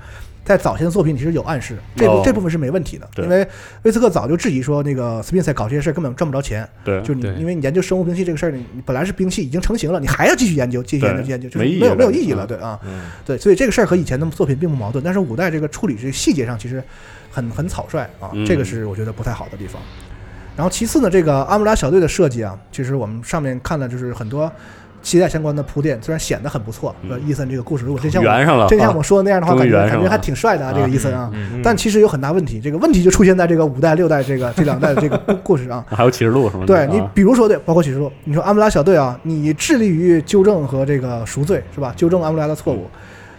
在早先的作品里是有暗示，这部、
哦
这部分是没问题的，
对
因为威斯克早就质疑说那个斯宾塞搞这些事儿根本赚不着钱，
嗯对，
就是你
对
因为你研究生物兵器这个事儿，你你本来是兵器已经成型了，你还要继续研究，继续研究，
对
继续研究，就是
没意义
没有没有
了
意义
嗯
了，对啊，
嗯，
对，所以这个事儿和以前的作品并不矛盾，但是五代这个处理这个细节上其实很很草率啊，
嗯
这个是我觉得不太好的地方。然后其次呢，这个阿姆拉小队的设计啊，其实我们上面看了就是很多期待相关的铺垫，虽然显得很不错，
嗯
呃，伊森这个故事如果真像我
圆上了，
真像
啊 [laughs]
我说的那样的话，
终
感
于
觉
圆上
感觉
了
还挺帅的啊，这个伊森啊。
嗯，
嗯
但其实有很大问题，这个问题就出现在这个五代、六代这个这两代的这个故故事啊。
还有启示录什么的，
对你
啊，
比如说对，包括启示录，你说安布拉小队啊，你致力于纠正和这个赎罪是吧？纠正安布拉的错误，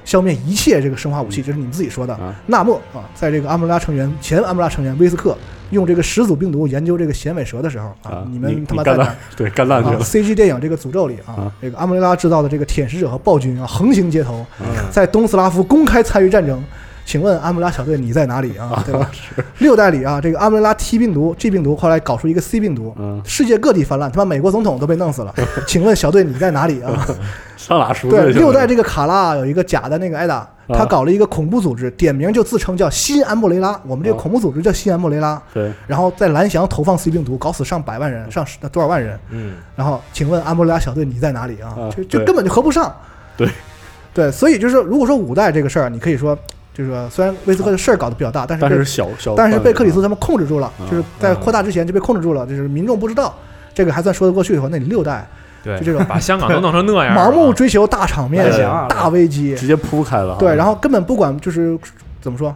消灭一切这个生化武器，这是你们自己说的
嗯啊。
纳莫啊，在这个安布拉成员前安布拉成员威斯克用这个始祖病毒研究这个显尾蛇的时候啊
啊，
你
你
们他妈在
干
哪
烂
儿？，
对，干烂去
啊
了，
！CG 电影这个诅咒里啊
啊，
这个阿姆雷拉制造的这个舔食者和暴君啊，横行街头，
嗯
在东斯拉夫公开参与战争。请问阿姆拉小队你在哪里啊？对吧？六代里啊，这个阿姆雷拉 T 病毒、G 病毒，后来搞出一个 C 病毒，
嗯，
世界各地泛滥，他妈美国总统都被弄死了。请问小队你在哪里啊？
上哪赎
对，
罪去了？
六代这个卡拉有一个假的那个艾达，他搞了一个恐怖组织，点名就自称叫新安布雷拉。我们这个
啊
恐怖组织叫新安布雷拉，
对，
然后在蓝翔投放 C 病毒，搞死上百万人，上十多少万人。
嗯，
然后，请问安布雷拉小队你在哪里啊
啊？
就就
对
根本就合不上。
对，
对，所以就是如果说五代这个事儿，你可以说就是说，虽然威斯克的事儿搞得比较大，但是
但
被
是小小，啊
但是被克里斯他们控制住了，
嗯
就是在扩大之前就被控制住了，就是民众不知道，这个还算说得过去的话，那你六代
对，
就这种
把香港都弄成那样了啊，
[laughs] 盲目追求大场面
太强了、
大危机，
直接铺开了啊，
对，然后根本不管就是怎么说，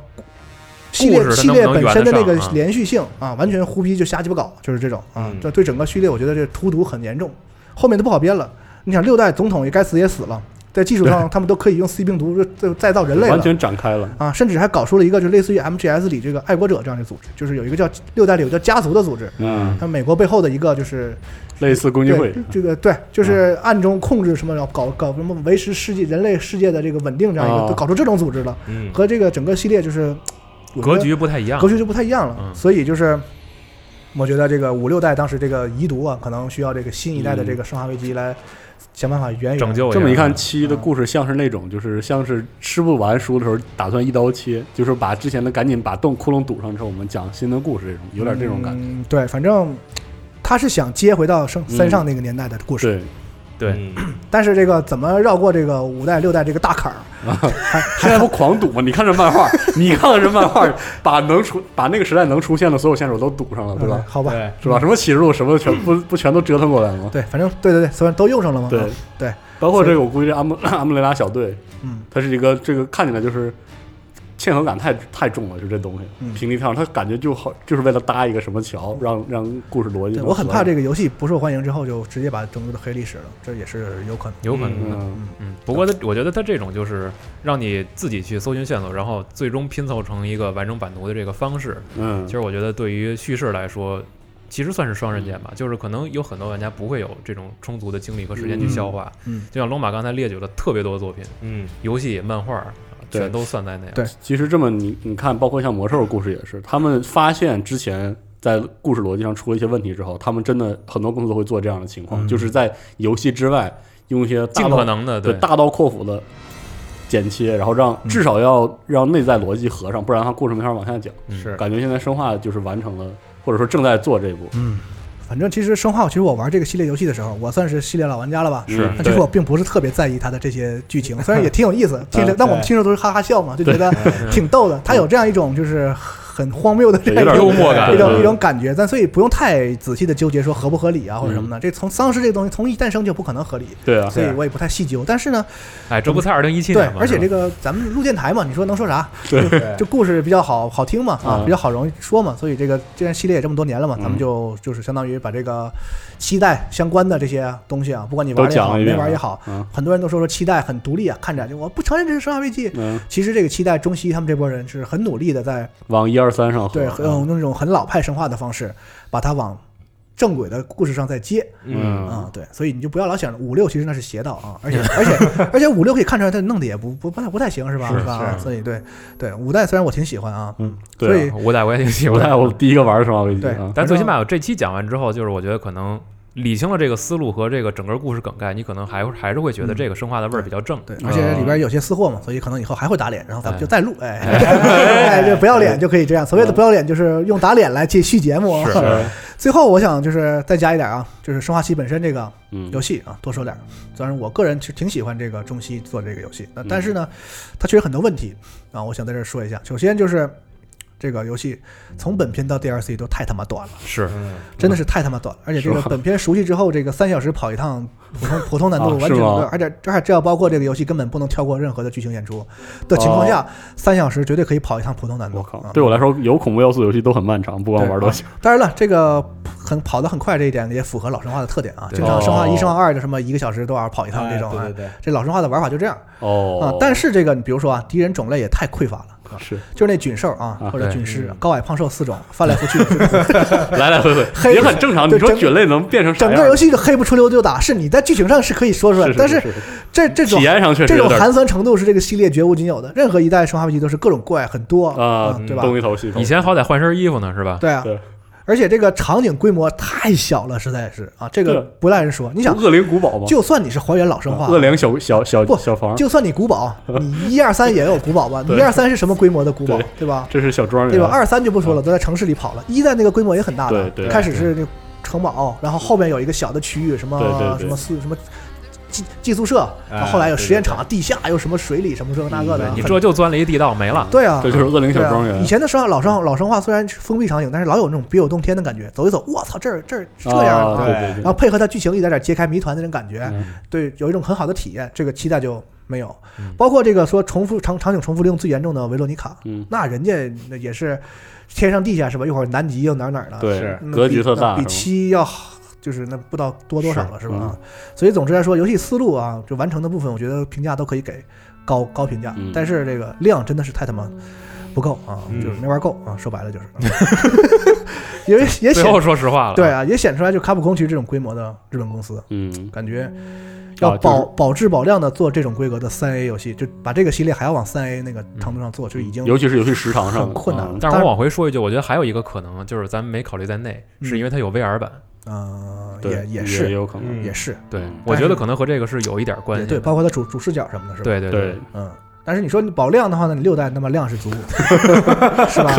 系列
故事它
系
能不能
列本身的那个
圆得上啊
连续性啊，完全胡逼就瞎鸡巴搞，就是这种啊
嗯，
这对整个序列我觉得这荼毒很严重，后面都不好编了。你想六代总统也该死也死了，在技术上他们都可以用 C 病毒再再造人类了
完。全展开了，
啊，甚至还搞出了一个就类似于 MGS 里这个爱国者这样的组织，就是有一个叫六代里有个叫家族的组织，
嗯，
它美国背后的一个就是
类似共济会
对，这个对，
啊
就是暗中控制什么，然后搞搞什么维持世界人类世界的这个稳定这样一
啊
个，
哦
都搞出这种组织了，
嗯，
和这个整个系列就是我觉
格
得
局不太一样，
格局就不太一样了，
嗯
所以就是。我觉得这个五六代当时这个遗毒啊，可能需要这个新一代的这个生化危机来想办法圆一圆
拯救
这么一看，
下
七的故事像是那种，就是像是吃不完书的时候打算一刀切，就是把之前的赶紧把洞窟窿堵上之后，我们讲新的故事，这种有点这种感觉。
嗯，对，反正他是想接回到生三上那个年代的故事，
对，
嗯
对，
嗯
但是这个怎么绕过这个五代六代这个大坎儿？
现在不狂堵吗？你看这漫画，你看看这漫画，把能出把那个时代能出现的所有线索都堵上了，对吧？
呃好吧，
对，
是吧？什么启示录，什么全不不全都折腾过来了吗？
嗯对，反正对对对，虽然都用上了嘛。
对
对，
包括这个，我估计这阿姆 [coughs] 阿姆雷拉小队，
嗯，
它是一个这个看起来就是嵌合感太太重了，就这东西、
嗯
平地跳，它感觉就好就是为了搭一个什么桥，让让故事逻辑
对，
能
我很怕
合
这个游戏不受欢迎之后就直接把整个的黑历史了，这也是有可能。
有可能的。
嗯，
嗯，不过它，我觉得它这种就是让你自己去搜寻线索，然后最终拼凑成一个完整版图的这个方式。
嗯
其，实我觉得对于叙事来说，其实算是双刃剑吧，就是可能有很多玩家不会有这种充足的精力和时间去消化。
嗯，
就像龙马刚才列举了特别多作品，
嗯，
游戏、漫画啊
对
全都算在内。
对
其实这么你你看，包括像魔兽的故事也是，他们发现之前在故事逻辑上出了一些问题之后，他们真的很多公司都会做这样的情况，
嗯
就是在游戏之外用一些大
尽
道
可能的
啊对
对
大刀阔斧的剪切，然后让
嗯
至少要让内在逻辑合上，不然的话故事没法往下讲。
是
感觉现在生化就是完成了，或者说正在做这一步。
嗯，反正其实生化，其实我玩这个系列游戏的时候，我算是系列老玩家了吧？
是
但其
对
实我并不是特别在意它的这些剧情，虽然也挺有意
[laughs]
思，听着，
嗯
但我们
对
听着都是哈哈笑嘛，就觉得挺逗的。它有这样一种就是很荒谬的这
对
样一
有
种
点
幽默感
一种
对
一种感觉，但所以不用太仔细的纠结说合不合理啊或者什么的。这从丧尸这个东西从一诞生就不可能合理，
对啊，
所以
对
我也不太细究。但是呢，
哎，这不才二零一七
对
年，吗？
而且这
是吧
个咱们录电台嘛，你说能说啥？
哎
对
就故事比较好好听嘛，啊，
嗯
比较好容易说嘛，所以这个这然系列也这么多年了嘛，咱们就就是相当于把这个期待相关的这些东西啊，不管你玩
都
儿也
讲
好，
了一
没
遍，
玩儿也好，，
嗯
很多人都说说期待很独立啊，看着就我不承认这是《生化危机》。
嗯，
其实这个期待，中西他们这波人是很努力的在
往一二三上合
对，很用那种很老派生化的方式，把它往正轨的故事上再接
嗯
啊、对，所以你就不要老想五六，其实那是邪道啊，而且 [laughs] 而且而且五六可以看出来他弄的也不不不太不太行是吧？
是
是吧？
是
所以对对五代虽然我挺喜欢啊，
嗯，
所
对
以
啊，
五代我也挺喜
[laughs]
我在
欢，
我第一个玩的生化危机
对
啊，
但最起码我这期讲完之后，就是我觉得可能理清了这个思路和这个整个故事梗概，你可能还会还是会觉得这个生化的味儿比较正。
嗯对，而且里边有些私货嘛，所以可能以后还会打脸，然后咱们就再录，哎， [laughs] 哎，就不要脸就可以这样。所谓的不要脸，就是用打脸来去续节目 [laughs] 啊。
是
最后我想就是再加一点啊，就是《生化七》本身这个
嗯
游戏啊，多说点儿。虽然我个人其实挺喜欢这个中西做这个游戏，那但是呢，它确实很多问题啊，我想在这儿说一下。首先就是这个游戏从本片到 DLC 都太他妈短了，
是
嗯
真的是太他妈短了。而且这个
是吧
本片熟悉之后，这个三小时跑一 [laughs] 趟普通普通难
啊
度完全
是吗
不对，而且这还这要包括这个游戏根本不能跳过任何的剧情演出的情况下，哦三小时绝对可以跑一趟普通难度。
我靠
啊，
对我来说有恐怖要素游戏都很漫长，不管玩多久，
当然了，这个很跑得很快这一点也符合老生化的特点啊。
对
经常生化一、
哦
生化二就什么一个小时多少跑一趟这种啊
哎对，对
这老生化的玩法就这样啊
哦。，
但是这个你比如说啊，敌人种类也太匮乏了。啊
是
就是那菌兽啊
啊，
或者
对
菌师
嗯，
高矮胖瘦四种，翻来覆去， [laughs]
来来回回
呃黑
也很正常。
对
你说
整个
菌类能变成啥
整
样
个游戏就黑不出溜就打。是你在剧情上是可以说出来，
是
但
是
是这这种
体验上确实
这
有
种
点
寒酸程度是这个系列绝无仅有的，任何一代生化危机都是各种怪很多
啊
嗯，对吧？
东一头西头
以。前好歹换身衣服呢，是吧？
对啊，
对
而且这个场景规模太小了，实在是啊，这个
对
不赖人说。你想，
恶灵古堡嘛，啊
就算你是还原老生化，
恶灵小小小
不
小房，
就算你古堡，你一二三也有古堡吧？你
[laughs] 对
一二三是什么规模的古堡
对，
对吧？
这是啊小庄园，
对吧？二三就不说了，都在城市里跑了。一代那个规模也很大的，
对对
开始是那个城堡，然后后面有一个小的区域，什么
对对对
什么宿什么寄寄宿舍，
哎
然后后来有实验场、
对
地下又什么水里什么这个那个的，
你
很
这就钻了一地道，没了。
对啊，
哎这就是恶灵小
对
庄
啊，
园
以。前的生化老生老生化虽然是封闭场景，但是老有那种别有洞天的感觉，走一走，我操，这儿这儿是这样的，
啊
的
对对
然
对
后配合它剧情一点点揭开谜团的那种感觉，
嗯
对，有一种很好的体验，这个期待就没有。包括这个说重复场场景重复利用最严重的维罗妮卡，
嗯
那人家那也是天上地下是吧？一会儿南极又哪儿哪儿了，
对
是，
那
格
比
局特
那
大，
比
是吗
七要好，就是那不知道多多少了是吧？啊
嗯
所以总之来说，游戏思路啊，就完成的部分，我觉得评价都可以给高高评价，
嗯
但是这个量真的是太他妈不够啊，
嗯
就是没玩够啊，说白
[laughs]
了就是，因为也
最
显
后说实话了，
对，啊，也显出来就卡普空其实这种规模的日本公司，
嗯，
感觉
啊
要
就是
保、保质保量的做这种规格的三 A 游戏，就把这个系列还要往三 A 那个
嗯
程度上做，就已经
尤其是游戏时长上
很困难
嗯
但是我往回说一句，我觉得还有一个可能就是咱们没考虑在内，
嗯
是因为它有 VR 版。
呃
对
也也
也
是
有可能。
嗯
也是
对
嗯，
我觉得可能和这个是有一点关
也
系
对，
的。
包括它主主视角什么的，是吧？
对对
对，，
嗯，但是你说你保量的话呢，你六代那么量是足，是吧？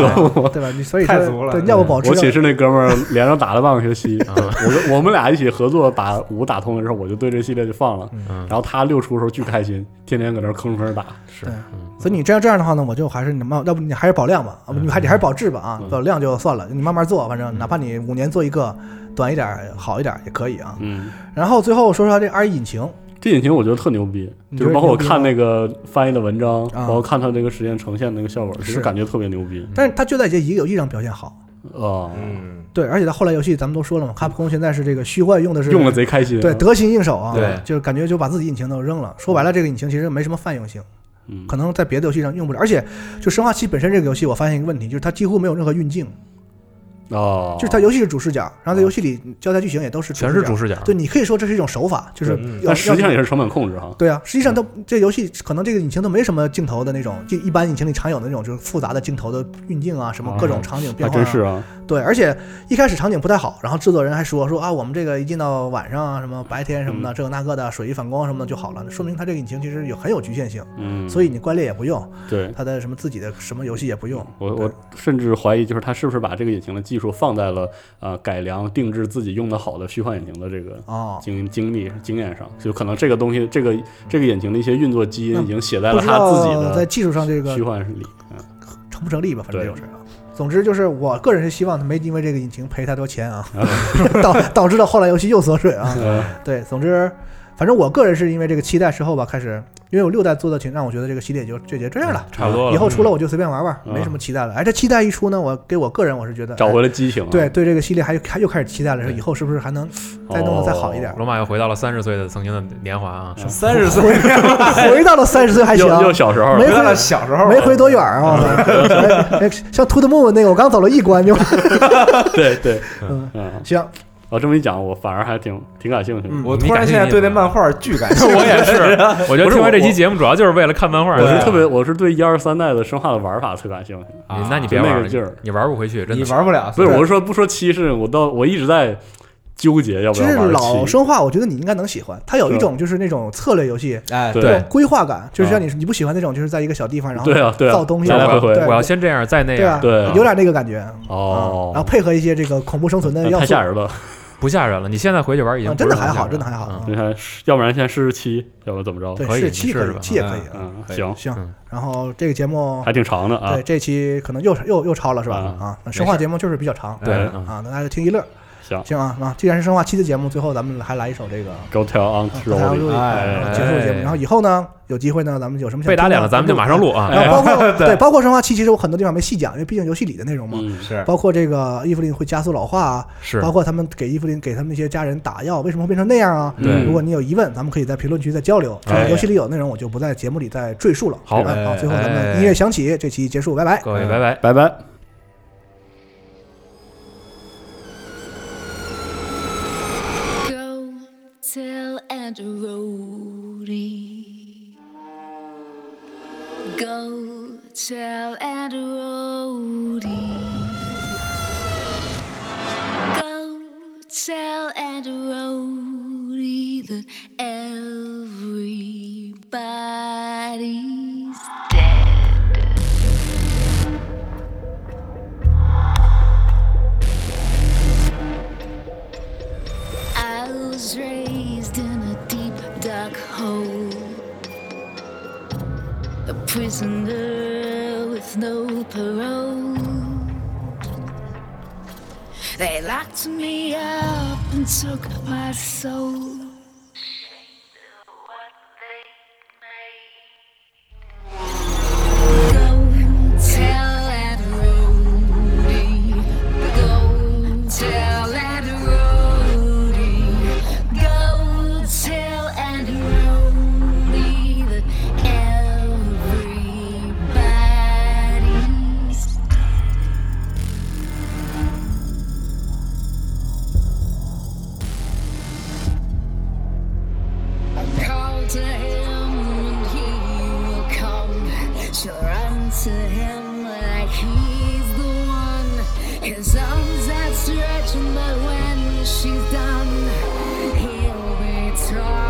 对吧？你所以
太足
说，
了
对，要不保质
我寝
量，
室那哥们儿连着打了半个学
[laughs]
期，
啊
我跟我们俩一起合作把五打通了之后，我就对这系列就放了。
嗯
然，后他六出的时候巨开心，天天搁那儿吭哧吭哧打。
是
对
嗯
所以你这样这样的话呢，我就还是你慢，要不你还是保量吧，啊不你还你还是保质吧啊，
嗯
保量就算了，你慢慢做，反正哪怕你五年做一个，短一点儿好一点儿也可以啊。
嗯，
然后最后说说这 R 引擎，
这引擎我觉得特牛逼，
你觉
就
得
是包括我
牛逼吗
看那个翻译的文章，
啊
包括看他那个实验呈现那个效果，其
是
实感觉特别牛逼。
但是它就在这一个游戏上表现好。
啊，
嗯
对，而且它后来游戏咱们都说了嘛，卡普空现在是这个虚幻用的是
用了贼开心。
对得心应手啊，
对
就感觉就把自己引擎都扔了。说白了，这个引擎其实没什么泛用性。
嗯，
可能在别的游戏上用不了。而且，就《生化七》本身这个游戏，我发现一个问题，就是它几乎没有任何运镜，
哦，
就是它游戏是主视角，然后在游戏里交代剧情也都是
全是主视
视
角，
角。对，你可以说这是一种手法，就是
对嗯
要
但实际上
要
也是嗯成本控制哈。
对啊，实际上它这游戏可能这个引擎都没什么镜头的那种，就一般引擎里常有的那种就是复杂的镜头的运镜啊，什么各种场景
哦还
变化、啊
真是啊，
对，而且一开始场景不太好，然后制作人还说说啊，我们这个一进到晚上啊，什么白天什
嗯
么的，这个那个的，水一反光什么的就好了，说明它这个引擎其实有很有局限性，
嗯，
所以你怪猎也不用，
对
它的什么自己的什么游戏也不用。
我我甚至怀疑，就是他是不是把这个引擎的技术放在了呃改良定制自己用的好的虚幻引擎的这个
哦，
经经历经验上，就可能这个东西这个这个引擎的一些运作基因
嗯
已经写在
不
了
知
他自己
道在
的
技术上这
虚
个
幻里。嗯，
[laughs] 成不成立吧，反正这
对
种事儿啊。总之就是，我个人是希望他没因为这个引擎赔太多钱
[laughs]
啊， [laughs] 导导致到后来游戏又缩水啊。
呃
对，总之，反正我个人是因为这个期待之后吧，开始因为我六代做的挺让我觉得这个系列就就也这样了，
差不多了。
以后出了我就随便玩玩，
嗯
没什么期待了。哎，这期待一出呢，我给我个人我是觉得
找
哎
回了激情啊。
对对这个系列还还又开始期待了，说以后是不是还能再弄得再好一点
哦？
罗马又回到了三十岁的曾经的年华啊，
嗯
三十岁
啊回到了三十岁还行啊
又，又小时候了
没
回到了小时候，
没回多远啊！
嗯
我 [laughs] 哎像 To the Moon 那个，我刚走了一
[laughs]
关就
[laughs] 对对，
[laughs] 嗯
嗯，
行，
我这么一讲，我反而还挺挺感兴趣的。
嗯
[laughs] 我突然现在对那漫画巨感兴趣，
我也是，我觉得
不是
听完这期
我
节目主要就是为了看漫画。
我
对
是
啊
特别，我是对一二三代的生化的玩法特感兴趣。
你啊那你
就
别
那
玩
个
了，
劲儿
你玩不回去，真
[laughs] 你
的。
玩不了。
不是，
对
我是说不说七是，我到我一直在纠结要不
其
要
实
玩
老
七。
生化我觉得你应该能喜欢，它有一
是
种就是那种策略游戏，
哎，
对
对
规划感，就是像你你不喜欢那种就是在一个小地方然后
嗯对啊，对啊，
造东西
来来回
我
对
要
回。
我要先这样，再那
对
样
啊，
对啊
有点那个感觉。
哦
啊，然后配合一些这个恐怖生存的
那
要
太
素，
吓人了。
不吓人了。你现在回去玩已
啊
经
真的
不是
还
很吓
好，
人
真的还好。
嗯
啊
你看，要不然现在试试七，要不然怎么着？
对，
可以
是
你
七
试
可
试
以，
吧
七也可以。啊
嗯，
可以
行，
行
嗯，
然后这个节目
还挺长的啊
对。这期可能又又又超了是吧？
啊
啊，那生化节目就是比较长
对
哎，
嗯
啊，那大家听一乐。
行
行啊，那既然是生化七的节目，最后咱们还来一首这个。
，Go tell
啊
Aunt
大家录
Rolly。
一啊
哎
结束节目，
哎
然后以后呢，有机会呢，咱们有什么想
被打
听的
脸了，咱们就马上。录啊。
然后
[laughs]
包括
对
对，包括生化七，其实我很多地方没细讲，因为毕竟游戏里的内容嘛。
嗯，
是
包括这个伊芙琳会加速老化啊，
是
包括他们给伊芙琳给他们那些家人打药，为什么会变成那样啊？
对
如果你有疑问，咱们可以在评论区再交流。这个
哎
游戏里有内容，我就不在节目里再赘述了。
好
哎好，
哎
最后咱们
哎
音乐响起，这期结束，拜拜。
各位，拜拜。
拜拜。
Go tell Aunt Rhody. Go tell Aunt Rhody. Go tell Aunt Rhody that everybody's dead. I was raised in a deep, dark hole. A prisoner with no parole. They locked me up and took my soul. Go tell that Rudy. Go tell that Rudy. Go tell and Rudy that everybody's call to him and he will come. She'll run to him like he's the one. His arms outstretched, but when she's done, he'll be torn.